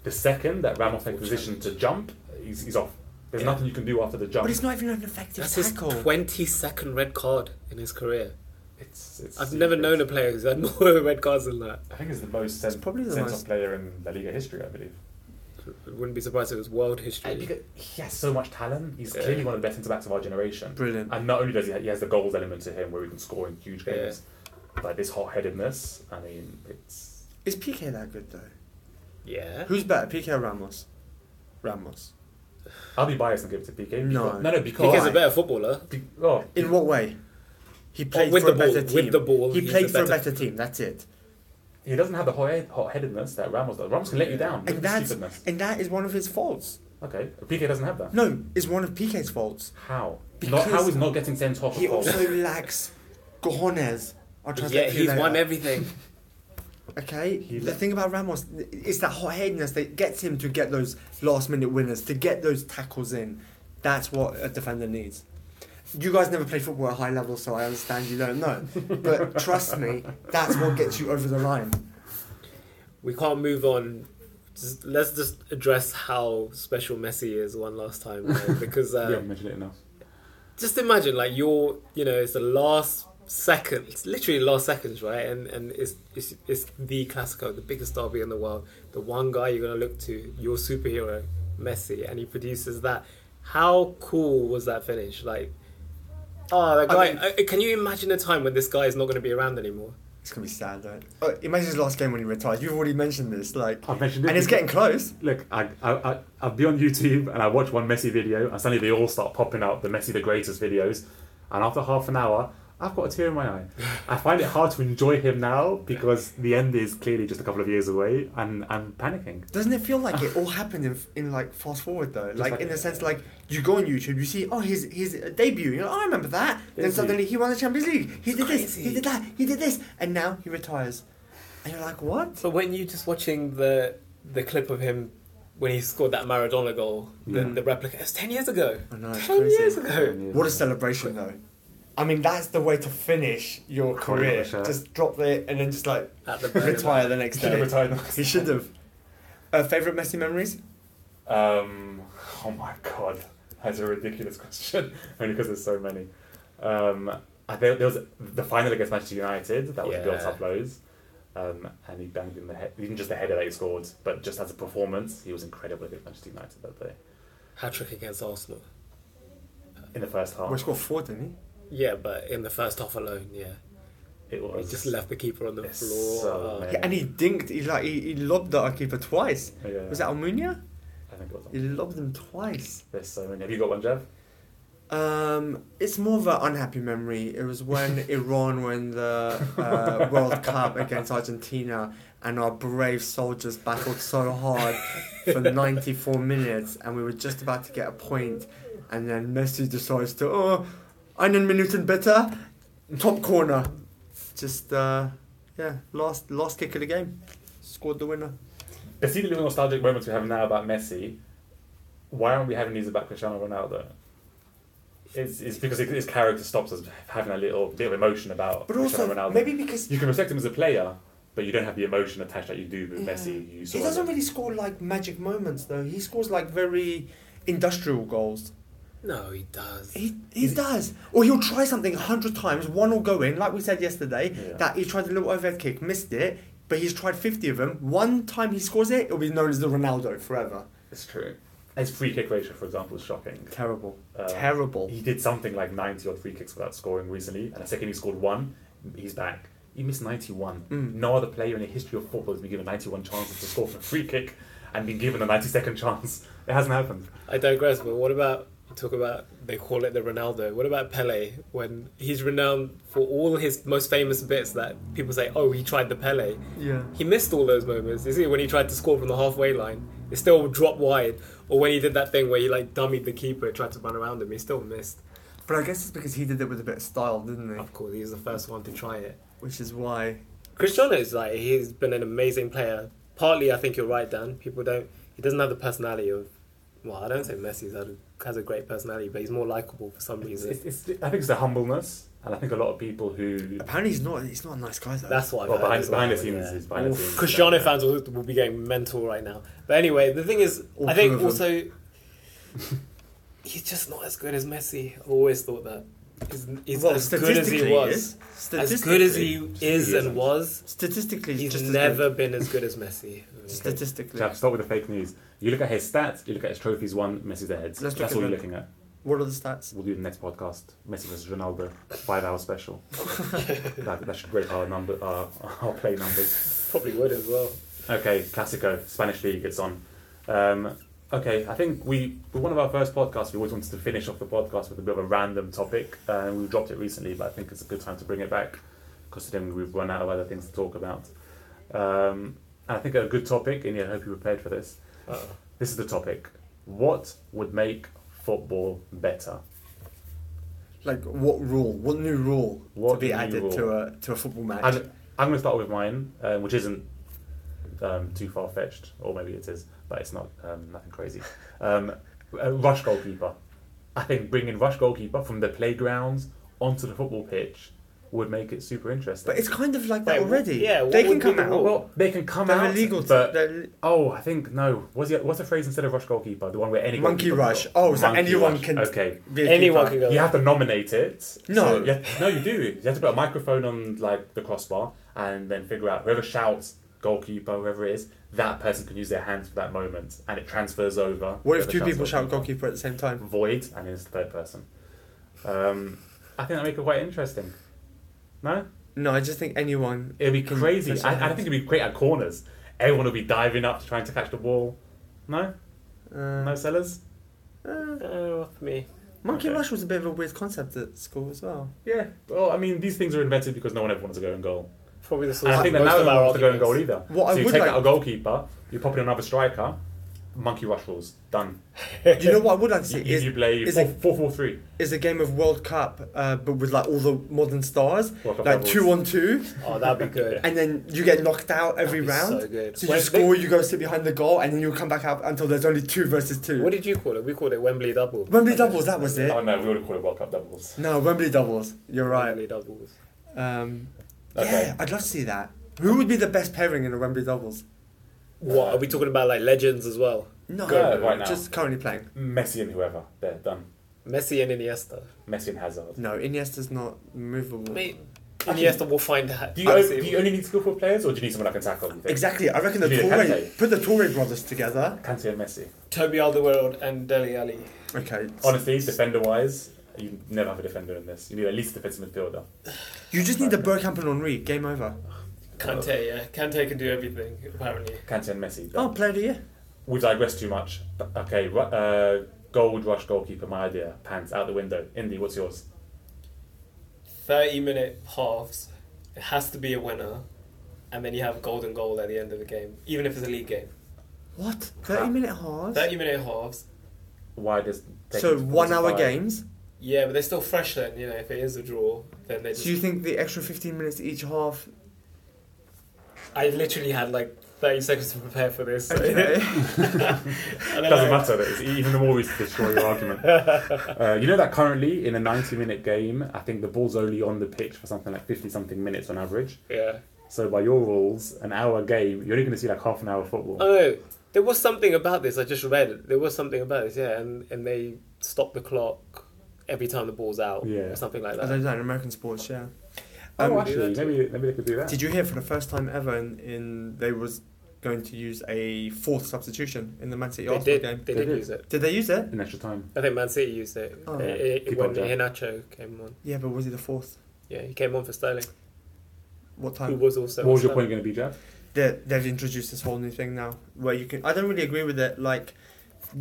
[SPEAKER 2] The second that Ramos takes position to jump, he's, he's off. There's
[SPEAKER 4] Yeah.
[SPEAKER 2] nothing you can do after the jump.
[SPEAKER 3] But it's not even an effective
[SPEAKER 4] That's his
[SPEAKER 3] tackle.
[SPEAKER 4] twenty-second red card in his career.
[SPEAKER 2] It's, it's
[SPEAKER 4] I've never known a player who's had more red cards than that.
[SPEAKER 2] I think it's the most sent,
[SPEAKER 3] probably the
[SPEAKER 2] sent
[SPEAKER 3] most-
[SPEAKER 2] off player in La Liga history, I believe.
[SPEAKER 4] I wouldn't be surprised if it was world history.
[SPEAKER 2] Uh, Because he has so much talent. He's
[SPEAKER 4] Yeah.
[SPEAKER 2] clearly one of the best centre backs of our generation.
[SPEAKER 3] Brilliant.
[SPEAKER 2] And not only does he he has the goals element to him where he can score in huge
[SPEAKER 4] Yeah.
[SPEAKER 2] games, but this hot headedness, I mean, it's
[SPEAKER 3] Is PK that good, though?
[SPEAKER 4] Yeah.
[SPEAKER 3] Who's better, PK or Ramos? Ramos.
[SPEAKER 2] I'll be biased and give it to PK.
[SPEAKER 3] No.
[SPEAKER 2] because- no, no, because
[SPEAKER 4] PK's a better footballer.
[SPEAKER 2] be- oh,
[SPEAKER 3] In what way? He played
[SPEAKER 4] Oh, with
[SPEAKER 3] for
[SPEAKER 4] the
[SPEAKER 3] a
[SPEAKER 4] ball,
[SPEAKER 3] better
[SPEAKER 4] with
[SPEAKER 3] team.
[SPEAKER 4] the ball,
[SPEAKER 3] he
[SPEAKER 4] he's
[SPEAKER 3] played
[SPEAKER 4] a
[SPEAKER 3] for a
[SPEAKER 4] better-
[SPEAKER 3] better team. That's it.
[SPEAKER 2] he doesn't have the hot head, hot headedness that Ramos does. Ramos can let you down. with
[SPEAKER 3] And
[SPEAKER 2] his
[SPEAKER 3] that's
[SPEAKER 2] stupidness.
[SPEAKER 3] and that is one of his faults.
[SPEAKER 2] Okay, PK doesn't have that.
[SPEAKER 3] No, it's one of PK's faults.
[SPEAKER 2] How?
[SPEAKER 3] Because
[SPEAKER 2] not, how is not getting sent off?
[SPEAKER 3] He
[SPEAKER 2] a goal?
[SPEAKER 3] also lacks cojones. I'll translate
[SPEAKER 4] Yeah,
[SPEAKER 3] for you
[SPEAKER 4] he's
[SPEAKER 3] later.
[SPEAKER 4] won everything.
[SPEAKER 3] Okay,
[SPEAKER 2] He
[SPEAKER 3] the
[SPEAKER 2] la-
[SPEAKER 3] thing about Ramos is that hot headedness that gets him to get those last minute winners, to get those tackles in. That's what a defender needs. You guys never played football at a high level, so I understand you don't know. But trust me, that's what gets you over the line.
[SPEAKER 4] We can't move on. Just, let's just address how special Messi is one last time, right? because
[SPEAKER 5] We haven't
[SPEAKER 4] um,
[SPEAKER 5] mentioned it enough.
[SPEAKER 4] just imagine like you're, you know, it's the last second, it's literally the last seconds, right? And and it's it's, it's the Clasico, the biggest derby in the world, the one guy you're gonna look to, your superhero, Messi, and he produces that. How cool was that finish? Like, oh, that
[SPEAKER 3] I
[SPEAKER 4] guy.
[SPEAKER 3] mean-
[SPEAKER 4] uh, can you imagine a time when this guy is not gonna be around anymore?
[SPEAKER 3] It's gonna be sad, right? Oh, imagine his last game when he retires. You've already mentioned this, like,
[SPEAKER 5] I've mentioned it.
[SPEAKER 3] and it's getting close.
[SPEAKER 2] Look, I, I, I, I'll be on YouTube and I watch one Messi video, and suddenly they all start popping up the Messi the greatest videos. And after half an hour, I've got a tear in my eye. I find it hard to enjoy him now because the end is clearly just a couple of years away, and I'm panicking.
[SPEAKER 3] Doesn't it feel like it all happened in, in like fast forward though? Like,
[SPEAKER 2] like-
[SPEAKER 3] in the sense like you go on YouTube, you see oh his his debut, you know oh, I remember that. Then
[SPEAKER 2] Debut.
[SPEAKER 3] suddenly he won the Champions League. He
[SPEAKER 4] It's
[SPEAKER 3] did this,
[SPEAKER 4] crazy.
[SPEAKER 3] he did that, he did this, and now he retires. And you're like what?
[SPEAKER 4] But when you just watching the the clip of him when he scored that Maradona goal, the,
[SPEAKER 3] Yeah.
[SPEAKER 4] the replica, it's ten years ago.
[SPEAKER 3] Mm. I know, it's
[SPEAKER 4] ten
[SPEAKER 3] crazy.
[SPEAKER 4] years ago.
[SPEAKER 3] What a celebration though! I mean that's the way to finish your
[SPEAKER 2] Can't
[SPEAKER 3] career.
[SPEAKER 2] remember, sure.
[SPEAKER 3] Just drop it and then just like
[SPEAKER 4] At the Bernabeu.
[SPEAKER 3] retire the next day. He should have. Uh, favorite Messi memories?
[SPEAKER 2] Um, oh my god, that's a ridiculous question. Only because there's so many. Um, I think there was the final against Manchester United that was
[SPEAKER 4] Yeah.
[SPEAKER 2] built up lows, um, and he banged in the head, even just the header that he scored, but just as a performance, he was incredible against Manchester United that day
[SPEAKER 4] Hat trick against Arsenal.
[SPEAKER 2] in the first half.
[SPEAKER 3] Well, he scored four, didn't he?
[SPEAKER 4] Yeah, but in the first half alone, yeah,
[SPEAKER 2] it
[SPEAKER 4] he
[SPEAKER 2] was
[SPEAKER 4] just left the keeper on the
[SPEAKER 2] It's
[SPEAKER 4] floor.
[SPEAKER 2] so
[SPEAKER 4] Uh,
[SPEAKER 2] mad.
[SPEAKER 3] Yeah, and he dinked. He like he, he lobbed at our keeper twice.
[SPEAKER 2] Yeah.
[SPEAKER 3] Was that Almunia?
[SPEAKER 2] I think it was.
[SPEAKER 3] He lobbed him twice.
[SPEAKER 2] There's so many. Have you got one, Jeff?
[SPEAKER 3] Um, it's more of an unhappy memory. It was when Iran won the uh, World Cup against Argentina, and our brave soldiers battled so hard for 94 minutes, and we were just about to get a point, and then Messi decides to, oh, einen Minuten bitte, top corner. Just, uh, yeah, last last kick of the game. Scored the winner.
[SPEAKER 2] Let's see the little nostalgic moments we have now about Messi. Why aren't we having these about Cristiano Ronaldo? It's, it's because his character stops us having a little bit of emotion about
[SPEAKER 3] But
[SPEAKER 2] Cristiano
[SPEAKER 3] also,
[SPEAKER 2] Ronaldo.
[SPEAKER 3] maybe because
[SPEAKER 2] you can respect him as a player, but you don't have the emotion attached that you do with
[SPEAKER 3] Yeah.
[SPEAKER 2] Messi. You
[SPEAKER 3] He
[SPEAKER 2] sort
[SPEAKER 3] doesn't
[SPEAKER 2] of,
[SPEAKER 3] really score like magic moments though. He scores like very industrial goals.
[SPEAKER 4] no, he does.
[SPEAKER 3] He he does. Or he'll try something a hundred times. One will go in, like we said yesterday.
[SPEAKER 2] Yeah.
[SPEAKER 3] That he tried a little overhead kick, missed it. But he's tried fifty of them. One time he scores it, it'll be known as the Ronaldo forever.
[SPEAKER 2] It's true. His free kick ratio, for example, is shocking.
[SPEAKER 3] Terrible.
[SPEAKER 2] Uh,
[SPEAKER 3] Terrible.
[SPEAKER 2] He did something like 90 odd free kicks without scoring recently, and the second he scored one, he's back. He missed 91.
[SPEAKER 3] Mm.
[SPEAKER 2] No other player in the history of football has been given 91 chances to score from a free kick and been given a 90 second chance. It hasn't happened.
[SPEAKER 4] I digress, but what about you talk about they call it the Ronaldo? What about Pele when he's renowned for all his most famous bits that people say, oh, he tried the Pele.
[SPEAKER 3] Yeah.
[SPEAKER 4] He missed all those moments. You see, when he tried to score from the halfway line, it still dropped wide. Or when he did that thing where he like dummied the keeper, tried to run around him, he still missed.
[SPEAKER 3] But I guess it's because he did it with a bit of style, didn't he?
[SPEAKER 4] Of course, he was the first one to try it.
[SPEAKER 3] Which is why
[SPEAKER 4] Cristiano is like he's been an amazing player partly I think you're right, Dan. People don't. He doesn't have the personality of. Well, I don't say Messi has a great personality, but he's more likable for some
[SPEAKER 2] It's,
[SPEAKER 4] reason.
[SPEAKER 2] it's, it's, I think it's the humbleness, and I think a lot of people who
[SPEAKER 3] Apparently, he's not. He's not a nice guy though.
[SPEAKER 4] That's what I've
[SPEAKER 2] well,
[SPEAKER 4] heard
[SPEAKER 2] behind,
[SPEAKER 4] as
[SPEAKER 2] behind the
[SPEAKER 4] well,
[SPEAKER 2] scenes
[SPEAKER 4] yeah.
[SPEAKER 2] is behind the
[SPEAKER 4] Oof.
[SPEAKER 2] scenes.
[SPEAKER 4] Cristiano
[SPEAKER 2] yeah.
[SPEAKER 4] fans will, will be getting mental right now. But anyway, the thing is,
[SPEAKER 3] All
[SPEAKER 4] I
[SPEAKER 3] two of
[SPEAKER 4] think
[SPEAKER 3] them.
[SPEAKER 4] also he's just not as good as Messi. I always thought that. He's, he's
[SPEAKER 3] Well,
[SPEAKER 4] as good as he
[SPEAKER 3] statistically,
[SPEAKER 4] was.
[SPEAKER 3] Statistically,
[SPEAKER 4] As good as he is
[SPEAKER 2] isn't.
[SPEAKER 4] and was,
[SPEAKER 3] statistically, he's,
[SPEAKER 4] he's
[SPEAKER 3] just as
[SPEAKER 4] never
[SPEAKER 3] good.
[SPEAKER 4] been as good as Messi.
[SPEAKER 3] Statistically,
[SPEAKER 2] Chaps, start with the fake news. You look at his stats, you look at his trophies won, Messi's ahead.
[SPEAKER 3] Let's
[SPEAKER 2] That's
[SPEAKER 3] look at
[SPEAKER 2] all you're
[SPEAKER 3] them.
[SPEAKER 2] looking at.
[SPEAKER 3] what are the stats?
[SPEAKER 2] We'll do the next podcast. Messi versus Ronaldo, five hour special. that, that should break our number, our, our play numbers.
[SPEAKER 4] Probably would as well.
[SPEAKER 2] Okay, Classico, Spanish league, it's on. Um, okay, I think we with one of our first podcasts, we always wanted to finish off the podcast with a bit of a random topic, and we dropped it recently, but I think it's a good time to bring it back, considering we've run out of other things to talk about. Um, and I think a good topic, and yeah, I hope you prepared for this.
[SPEAKER 4] Uh-oh.
[SPEAKER 2] This is the topic: What would make football better?
[SPEAKER 3] Like what rule? What new rule
[SPEAKER 2] What
[SPEAKER 3] to be
[SPEAKER 2] new
[SPEAKER 3] added to
[SPEAKER 2] rule?
[SPEAKER 3] a to a football match?
[SPEAKER 2] And I'm going to start with mine, uh, which isn't um, too far fetched, or maybe it is, but it's not um, nothing crazy. Um, a rush goalkeeper. I think bringing rush goalkeeper from the playgrounds onto the football pitch would make it super interesting.
[SPEAKER 3] but it's kind of like that
[SPEAKER 4] Wait,
[SPEAKER 3] already.
[SPEAKER 4] yeah, what
[SPEAKER 3] they can
[SPEAKER 4] would be
[SPEAKER 3] come
[SPEAKER 4] the
[SPEAKER 3] out.
[SPEAKER 4] rule?
[SPEAKER 2] well, they can come
[SPEAKER 3] they're
[SPEAKER 2] out,
[SPEAKER 3] illegal. To,
[SPEAKER 2] but
[SPEAKER 3] they're-
[SPEAKER 2] oh, I think no. What's the, what's the phrase instead of rush goalkeeper? The one where any
[SPEAKER 3] Monkey
[SPEAKER 2] goalkeeper-
[SPEAKER 3] rush. Oh, so
[SPEAKER 2] Monkey
[SPEAKER 3] anyone
[SPEAKER 2] rush.
[SPEAKER 3] can-
[SPEAKER 2] Okay,
[SPEAKER 3] be a
[SPEAKER 4] Anyone can
[SPEAKER 3] keeper.
[SPEAKER 4] go.
[SPEAKER 2] you have to nominate it.
[SPEAKER 3] No.
[SPEAKER 2] So you have- no, you do. You have to put a microphone on like the crossbar, and then figure out whoever shouts goalkeeper, whoever it is, that person can use their hands for that moment, and it transfers over.
[SPEAKER 3] What if
[SPEAKER 2] whoever
[SPEAKER 3] two
[SPEAKER 2] shouts
[SPEAKER 3] people shout goalkeeper at the same
[SPEAKER 4] Mm.
[SPEAKER 3] time?
[SPEAKER 2] Void, and it's the third person. Um, I think that make it quite interesting. No,
[SPEAKER 3] No, I just think anyone.
[SPEAKER 2] it'd be
[SPEAKER 3] can
[SPEAKER 2] crazy.
[SPEAKER 3] press
[SPEAKER 2] I,
[SPEAKER 3] their
[SPEAKER 2] I think it'd be great at corners. Everyone would be diving up, trying to catch the ball. No,
[SPEAKER 3] hands.
[SPEAKER 2] no sellers.
[SPEAKER 3] Uh, uh,
[SPEAKER 4] Oh, off me.
[SPEAKER 3] monkey
[SPEAKER 2] Okay.
[SPEAKER 3] rush was a bit of a weird concept at school as well.
[SPEAKER 2] Yeah. Well, I mean, these things are invented because no one ever wants to go in goal.
[SPEAKER 4] Probably the source
[SPEAKER 2] And I
[SPEAKER 4] of
[SPEAKER 2] think that
[SPEAKER 4] most
[SPEAKER 2] now
[SPEAKER 4] of
[SPEAKER 2] allows
[SPEAKER 4] our
[SPEAKER 2] to go in
[SPEAKER 4] arguments.
[SPEAKER 2] goal either.
[SPEAKER 3] What I
[SPEAKER 2] so you
[SPEAKER 3] would
[SPEAKER 2] take
[SPEAKER 3] like-
[SPEAKER 2] out a goalkeeper, you pop in another striker, monkey rush rules, done.
[SPEAKER 3] you know what I would like to see
[SPEAKER 2] You,
[SPEAKER 3] is
[SPEAKER 2] you play
[SPEAKER 3] is
[SPEAKER 2] 4
[SPEAKER 3] it-
[SPEAKER 2] 4 4 3.
[SPEAKER 3] is a game of World Cup, uh, but with like all the modern stars,
[SPEAKER 2] World Cup
[SPEAKER 3] like
[SPEAKER 2] levels.
[SPEAKER 3] two on two,
[SPEAKER 4] Oh, that'd be good.
[SPEAKER 3] and then you get knocked out every
[SPEAKER 4] That'd be
[SPEAKER 3] round.
[SPEAKER 4] So
[SPEAKER 3] So,
[SPEAKER 4] good.
[SPEAKER 3] you
[SPEAKER 4] When-
[SPEAKER 3] score, you go sit behind the goal, and then you come back out until there's only two versus two.
[SPEAKER 4] What did you call it? We called it Wembley double.
[SPEAKER 3] Wembley doubles, that was it.
[SPEAKER 2] Oh no, we would call it World Cup doubles.
[SPEAKER 3] No, Wembley doubles. You're right.
[SPEAKER 4] Wembley doubles.
[SPEAKER 3] Um,
[SPEAKER 2] Okay.
[SPEAKER 3] Yeah, I'd love to see that. Who would be the best pairing in a Wembley doubles?
[SPEAKER 4] What are we talking about? Like legends as well.
[SPEAKER 3] No,
[SPEAKER 2] Go, right now.
[SPEAKER 3] just currently playing.
[SPEAKER 2] Messi and whoever, they're done.
[SPEAKER 4] Messi and Iniesta.
[SPEAKER 2] Messi and Hazard.
[SPEAKER 3] No, Iniesta's not movable.
[SPEAKER 4] Mate, Iniesta will find out.
[SPEAKER 2] Do you, o- do you only need skillful players or do you need someone that can tackle? You think?
[SPEAKER 3] Exactly. I reckon the
[SPEAKER 2] Yeah,
[SPEAKER 3] Torre
[SPEAKER 2] Kante.
[SPEAKER 3] put the Torre brothers together.
[SPEAKER 2] Kante and Messi.
[SPEAKER 4] Toby Alderweireld and Deli Ali.
[SPEAKER 3] Okay.
[SPEAKER 2] Honestly, defender wise, you never have a defender in this. You need at least a defensive midfielder.
[SPEAKER 3] You just need the Bergkamp and Henri. Game over.
[SPEAKER 4] Kante, yeah. Kante can do everything, apparently.
[SPEAKER 2] Kante and Messi.
[SPEAKER 3] Oh,
[SPEAKER 2] Done.
[SPEAKER 3] player of the year.
[SPEAKER 2] We digress too much. But, okay, ru- uh, gold rush goalkeeper, my idea. Pants out the window. Indy, what's yours?
[SPEAKER 4] 30 minute halves. It has to be a winner. And then you have golden goal at the end of the game, even if it's a league game.
[SPEAKER 3] What? 30 minute halves?
[SPEAKER 4] 30 minute halves.
[SPEAKER 2] Why does take
[SPEAKER 3] So
[SPEAKER 2] it to
[SPEAKER 3] one hour
[SPEAKER 2] 45?
[SPEAKER 3] games?
[SPEAKER 4] Yeah, but they're still fresh then, you know, if it is a draw, then they just.
[SPEAKER 3] So you think the extra 15 minutes each half?
[SPEAKER 4] I literally had like 30 seconds to prepare for this.
[SPEAKER 3] Okay.
[SPEAKER 4] And
[SPEAKER 2] It
[SPEAKER 4] then
[SPEAKER 2] doesn't
[SPEAKER 4] I-
[SPEAKER 2] matter. It's e-, even the more reason to destroy your argument. Uh, you know that currently in a 90-minute game, I think the ball's only on the pitch for something like 50-something minutes on average.
[SPEAKER 4] Yeah.
[SPEAKER 2] So by your rules, an hour game, you're only going to see like half an hour of football.
[SPEAKER 4] Oh no, there was something about this. I just read. There was something about this, yeah, and and they stop the clock every time the ball's out,
[SPEAKER 2] Yeah.
[SPEAKER 4] or something like
[SPEAKER 3] I don't
[SPEAKER 4] that.
[SPEAKER 3] know, in American sports, yeah. Um,
[SPEAKER 2] oh, actually, maybe maybe they could do that.
[SPEAKER 3] Did you hear for the first time ever in, in they was going to use a fourth substitution in the Man City
[SPEAKER 4] They
[SPEAKER 3] Arsenal
[SPEAKER 4] did.
[SPEAKER 3] game?
[SPEAKER 4] They
[SPEAKER 2] They
[SPEAKER 4] did
[SPEAKER 2] did.
[SPEAKER 4] use it.
[SPEAKER 3] Did they use it?
[SPEAKER 2] in extra time.
[SPEAKER 4] I think Man City used it.
[SPEAKER 3] Oh.
[SPEAKER 4] It- it-
[SPEAKER 2] Keep
[SPEAKER 4] when
[SPEAKER 2] on down.
[SPEAKER 4] Henacho came on,
[SPEAKER 3] Yeah, but was he the fourth?
[SPEAKER 4] yeah, he came on for Sterling,
[SPEAKER 3] What
[SPEAKER 4] who
[SPEAKER 3] time?
[SPEAKER 4] was also.
[SPEAKER 2] what
[SPEAKER 4] on
[SPEAKER 2] was your
[SPEAKER 4] Sterling.
[SPEAKER 2] point going to be, Jeff?
[SPEAKER 3] They, they've introduced this whole new thing now where you can. I don't really agree with it. Like,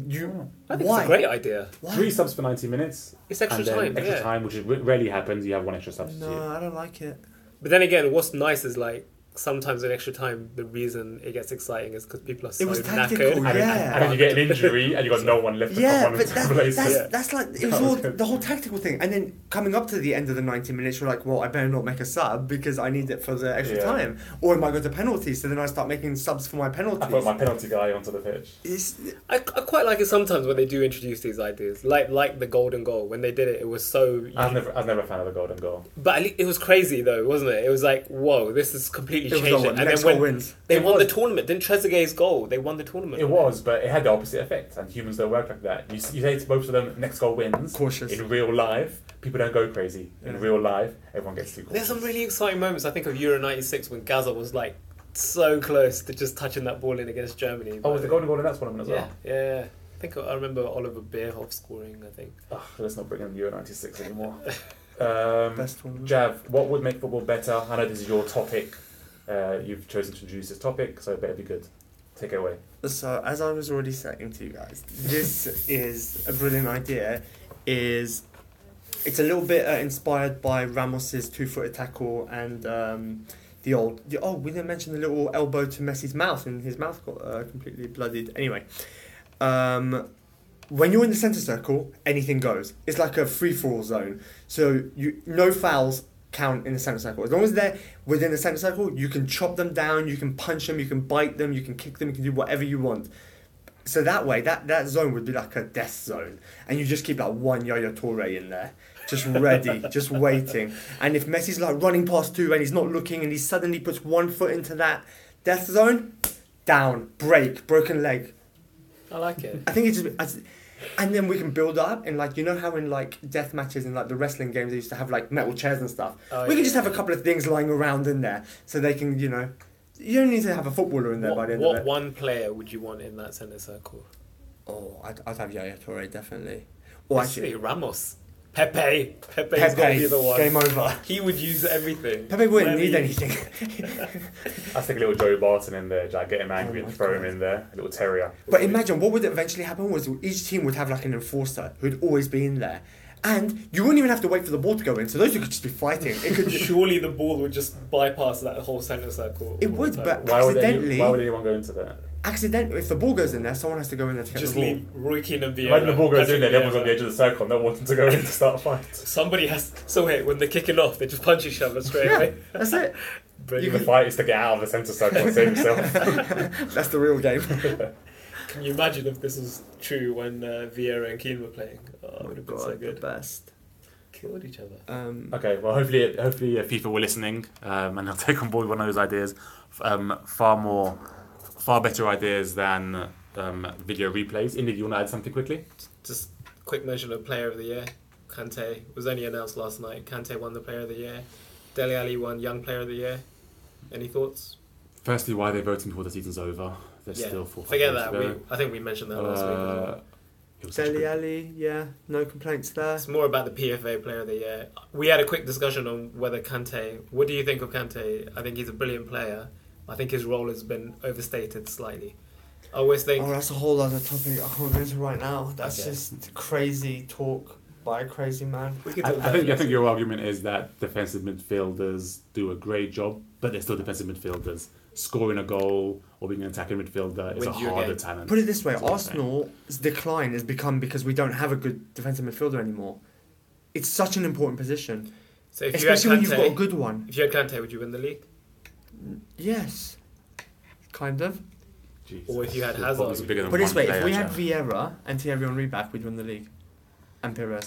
[SPEAKER 3] you.
[SPEAKER 4] I think
[SPEAKER 3] why?
[SPEAKER 4] it's a great idea.
[SPEAKER 3] Why?
[SPEAKER 2] Three subs for 90 minutes.
[SPEAKER 4] It's extra
[SPEAKER 2] and then
[SPEAKER 4] time,
[SPEAKER 2] Extra
[SPEAKER 4] yeah.
[SPEAKER 2] time, which is, rarely happens. You have one extra substitute.
[SPEAKER 3] No, I don't like it.
[SPEAKER 4] But then again, what's nice is like sometimes in extra time, the reason it gets exciting is because people are so
[SPEAKER 3] was tactical,
[SPEAKER 4] knackered.
[SPEAKER 2] And,
[SPEAKER 3] Yeah.
[SPEAKER 2] then, and then you get an injury and you got no one left to
[SPEAKER 3] Yeah,
[SPEAKER 2] come on
[SPEAKER 3] but
[SPEAKER 2] and
[SPEAKER 3] that,
[SPEAKER 2] replace
[SPEAKER 3] that's,
[SPEAKER 2] it.
[SPEAKER 3] that's like it
[SPEAKER 2] That
[SPEAKER 3] was all
[SPEAKER 2] was good.
[SPEAKER 3] the whole tactical thing, and then coming up to the end of the ninety minutes, you're like, well, I better not make a sub because I need it for the extra
[SPEAKER 2] Yeah.
[SPEAKER 3] time, or it might go to penalties. So then I start making subs for my penalties.
[SPEAKER 2] I put my penalty guy onto the pitch.
[SPEAKER 3] It's-
[SPEAKER 4] I, I quite like it sometimes when they do introduce these ideas, like like the golden goal. When they did it, it was so.
[SPEAKER 2] I was never, I was never a fan of the golden goal.
[SPEAKER 4] But at lea- it was crazy though, wasn't it? It was like, whoa, this has completely
[SPEAKER 3] it was
[SPEAKER 4] changed.
[SPEAKER 3] all one.
[SPEAKER 4] it.
[SPEAKER 3] Next goal wins.
[SPEAKER 4] they
[SPEAKER 2] It
[SPEAKER 4] won the
[SPEAKER 2] was.
[SPEAKER 4] tournament, then Trezeguet's goal, they won the tournament.
[SPEAKER 2] It was, but it had the opposite effect, and humans don't work like that. You, s- you say to both of them, next goal wins.
[SPEAKER 3] Cautious.
[SPEAKER 2] In real life, people don't go crazy. In
[SPEAKER 3] Yeah.
[SPEAKER 2] real life, everyone gets too cautious.
[SPEAKER 4] There's some really exciting moments. I think of Euro '96 when Gaza was like so close to just touching that ball in against Germany.
[SPEAKER 2] Oh, was the
[SPEAKER 4] But-
[SPEAKER 2] golden goal in that tournament as
[SPEAKER 4] Yeah,
[SPEAKER 2] well?
[SPEAKER 4] yeah. yeah. I think I remember Oliver Bierhoff scoring. I think
[SPEAKER 2] Ugh, let's not bring in Euro 96 anymore. Um,
[SPEAKER 3] Best one.
[SPEAKER 2] Jav, what would make football better? I know this is your topic. Uh, you've chosen to introduce this topic, so it better be good. Take it away.
[SPEAKER 3] So, as I was already saying to you guys, this is a brilliant idea. Is it's a little bit uh, inspired by Ramos's two-footed tackle and um, the old the, oh we didn't mention the little elbow to Messi's mouth and his mouth got uh, completely bloodied. Anyway, um, when you're in the centre circle, anything goes. It's like a free-for-all zone. So you no fouls count in the centre circle as long as they're within the centre circle. You can chop them down, you can punch them, you can bite them, you can kick them, you can do whatever you want. So that way, that, that zone would be like a death zone, and you just keep that one Yaya Toure in there, just ready, just waiting. And if Messi's like running past two and he's not looking, and he suddenly puts one foot into that death zone, down, break, broken leg,
[SPEAKER 4] I like it.
[SPEAKER 3] I think it's just, I th- and then we can build up and like you know how in like death matches and like the wrestling games they used to have like metal chairs and stuff.
[SPEAKER 4] Oh,
[SPEAKER 3] we can
[SPEAKER 4] yeah.
[SPEAKER 3] just have a couple of things lying around in there so they can you know you don't need to have a footballer in there by
[SPEAKER 4] what
[SPEAKER 3] the end
[SPEAKER 4] what
[SPEAKER 3] of it.
[SPEAKER 4] one player would you want in that centre circle?
[SPEAKER 3] Oh, I'd, I'd have Yaya Toure definitely. Or
[SPEAKER 4] It's
[SPEAKER 3] actually,
[SPEAKER 4] really Ramos, Pepe. Pepe's has got to be
[SPEAKER 3] Pepe.
[SPEAKER 4] the one.
[SPEAKER 3] Game over.
[SPEAKER 4] He would use everything.
[SPEAKER 3] Pepe wouldn't
[SPEAKER 4] Wherever
[SPEAKER 3] need
[SPEAKER 4] he-
[SPEAKER 3] anything.
[SPEAKER 2] I think a little Joe Barton in there, Jav. Get him angry
[SPEAKER 3] Oh
[SPEAKER 2] and
[SPEAKER 3] my
[SPEAKER 2] throw
[SPEAKER 3] God.
[SPEAKER 2] him in there. A little terrier.
[SPEAKER 3] But imagine what would eventually happen was each team would have like an enforcer who'd always be in there. And you wouldn't even have to wait for the ball to go in, so those two could just be fighting. It could
[SPEAKER 4] Surely the ball would just bypass that whole centre circle.
[SPEAKER 3] It
[SPEAKER 4] all
[SPEAKER 3] would,
[SPEAKER 4] the time.
[SPEAKER 3] but
[SPEAKER 2] Why would, any,
[SPEAKER 3] Accidentally-
[SPEAKER 2] why would anyone go into that?
[SPEAKER 3] accidentally if the ball goes in there, someone has to go in there to get
[SPEAKER 4] just
[SPEAKER 3] the ball.
[SPEAKER 4] leave Roy Keane and Vieira.
[SPEAKER 2] Imagine the ball goes
[SPEAKER 4] Patrick
[SPEAKER 2] in there, everyone's on
[SPEAKER 4] Vieira.
[SPEAKER 2] the edge of the circle, not wanting to go in to start a fight.
[SPEAKER 4] Somebody has. So wait, when they're kicking off, they just punch each other straight
[SPEAKER 3] Yeah,
[SPEAKER 4] away.
[SPEAKER 3] that's it.
[SPEAKER 4] Brilliant.
[SPEAKER 3] You
[SPEAKER 2] the
[SPEAKER 3] can-
[SPEAKER 2] fight is to get out of the centre circle and save yourself.
[SPEAKER 3] that's the real game.
[SPEAKER 4] Can you imagine if this was true when uh, Vieira and Keane were playing? Oh, it would have been so good.
[SPEAKER 3] best.
[SPEAKER 4] Killed each other.
[SPEAKER 3] Um,
[SPEAKER 2] okay, well, hopefully, hopefully,
[SPEAKER 5] Yeah, FIFA were listening, um, and they'll take on board one of those ideas. F- Um, far more, far better ideas than um, video replays. Indy, do you want to add something quickly?
[SPEAKER 4] Just quick mention of Player of the Year. Kante was only announced last night. Kante won the Player of the Year. Deli Ali won Young Player of the Year. Any thoughts?
[SPEAKER 5] Firstly, why they're voting before the season's over. There's
[SPEAKER 4] Yeah.
[SPEAKER 5] still four. five
[SPEAKER 4] Forget
[SPEAKER 5] games
[SPEAKER 4] that.
[SPEAKER 5] to
[SPEAKER 4] We,
[SPEAKER 5] go.
[SPEAKER 4] I think we mentioned that last week. as well.
[SPEAKER 5] Uh, it was such a good-
[SPEAKER 3] Alley, yeah, no complaints there.
[SPEAKER 4] It's more about the PFA Player of the Year. We had a quick discussion on whether Kante. What do you think of Kante? I think he's a brilliant player. I think his role has been overstated slightly. I always think
[SPEAKER 3] Oh, that's a whole other topic I can't go into right now. That's
[SPEAKER 4] Okay.
[SPEAKER 3] just crazy talk by a crazy man.
[SPEAKER 4] we could
[SPEAKER 5] I,
[SPEAKER 4] talk
[SPEAKER 5] I
[SPEAKER 4] about
[SPEAKER 5] think I
[SPEAKER 4] this.
[SPEAKER 5] think your argument is that defensive midfielders do a great job, but they're still defensive midfielders. Scoring a goal or being an attacking midfielder is
[SPEAKER 4] Wins
[SPEAKER 5] a
[SPEAKER 4] you a
[SPEAKER 5] harder
[SPEAKER 4] game.
[SPEAKER 5] talent.
[SPEAKER 3] Put it this way:
[SPEAKER 5] That's what I'm saying.
[SPEAKER 3] Arsenal's decline has become because we don't have a good defensive midfielder anymore. It's such an important position,
[SPEAKER 4] So if you had
[SPEAKER 3] especially when you've got a
[SPEAKER 4] Kante,
[SPEAKER 3] good one.
[SPEAKER 4] if you had Kante, would you win the league?
[SPEAKER 3] Yes, kind of.
[SPEAKER 5] Jesus.
[SPEAKER 4] Or if you had
[SPEAKER 5] The
[SPEAKER 4] Hazard.
[SPEAKER 5] problem's bigger than
[SPEAKER 3] Put it this
[SPEAKER 5] one
[SPEAKER 3] way: if
[SPEAKER 5] player,
[SPEAKER 3] we had
[SPEAKER 5] Jack.
[SPEAKER 3] Vieira and Thierry Henry back, we'd win the league. And Perez.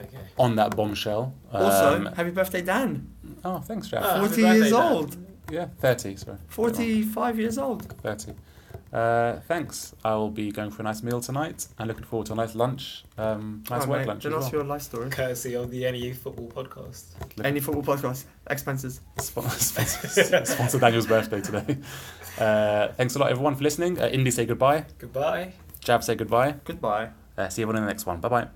[SPEAKER 4] Okay.
[SPEAKER 5] on that bombshell.
[SPEAKER 3] Also, Uh,
[SPEAKER 5] um,
[SPEAKER 3] happy birthday, Dan.
[SPEAKER 5] oh, thanks, Jack.
[SPEAKER 4] Ah, happy
[SPEAKER 3] 40 years
[SPEAKER 4] birthday, Dan.
[SPEAKER 3] old.
[SPEAKER 5] yeah, thirty. Sorry,
[SPEAKER 3] 45 years old.
[SPEAKER 5] thirty. Uh, thanks. I will be going for a nice meal tonight and looking forward to a nice lunch. Um, nice
[SPEAKER 3] Alright,
[SPEAKER 5] work
[SPEAKER 3] Oh, mate,
[SPEAKER 5] lunch.
[SPEAKER 3] Then
[SPEAKER 5] as
[SPEAKER 3] ask
[SPEAKER 5] well.
[SPEAKER 3] your life story.
[SPEAKER 4] Courtesy of the NEU Football Podcast.
[SPEAKER 3] Any football podcast, expenses.
[SPEAKER 5] Sponsor sponsor Daniel's birthday today. Uh, thanks a lot, everyone, for listening. Uh, Indy, say goodbye.
[SPEAKER 4] Goodbye.
[SPEAKER 5] Jab, say goodbye.
[SPEAKER 3] Goodbye.
[SPEAKER 5] Uh, see everyone in the next one. Bye bye.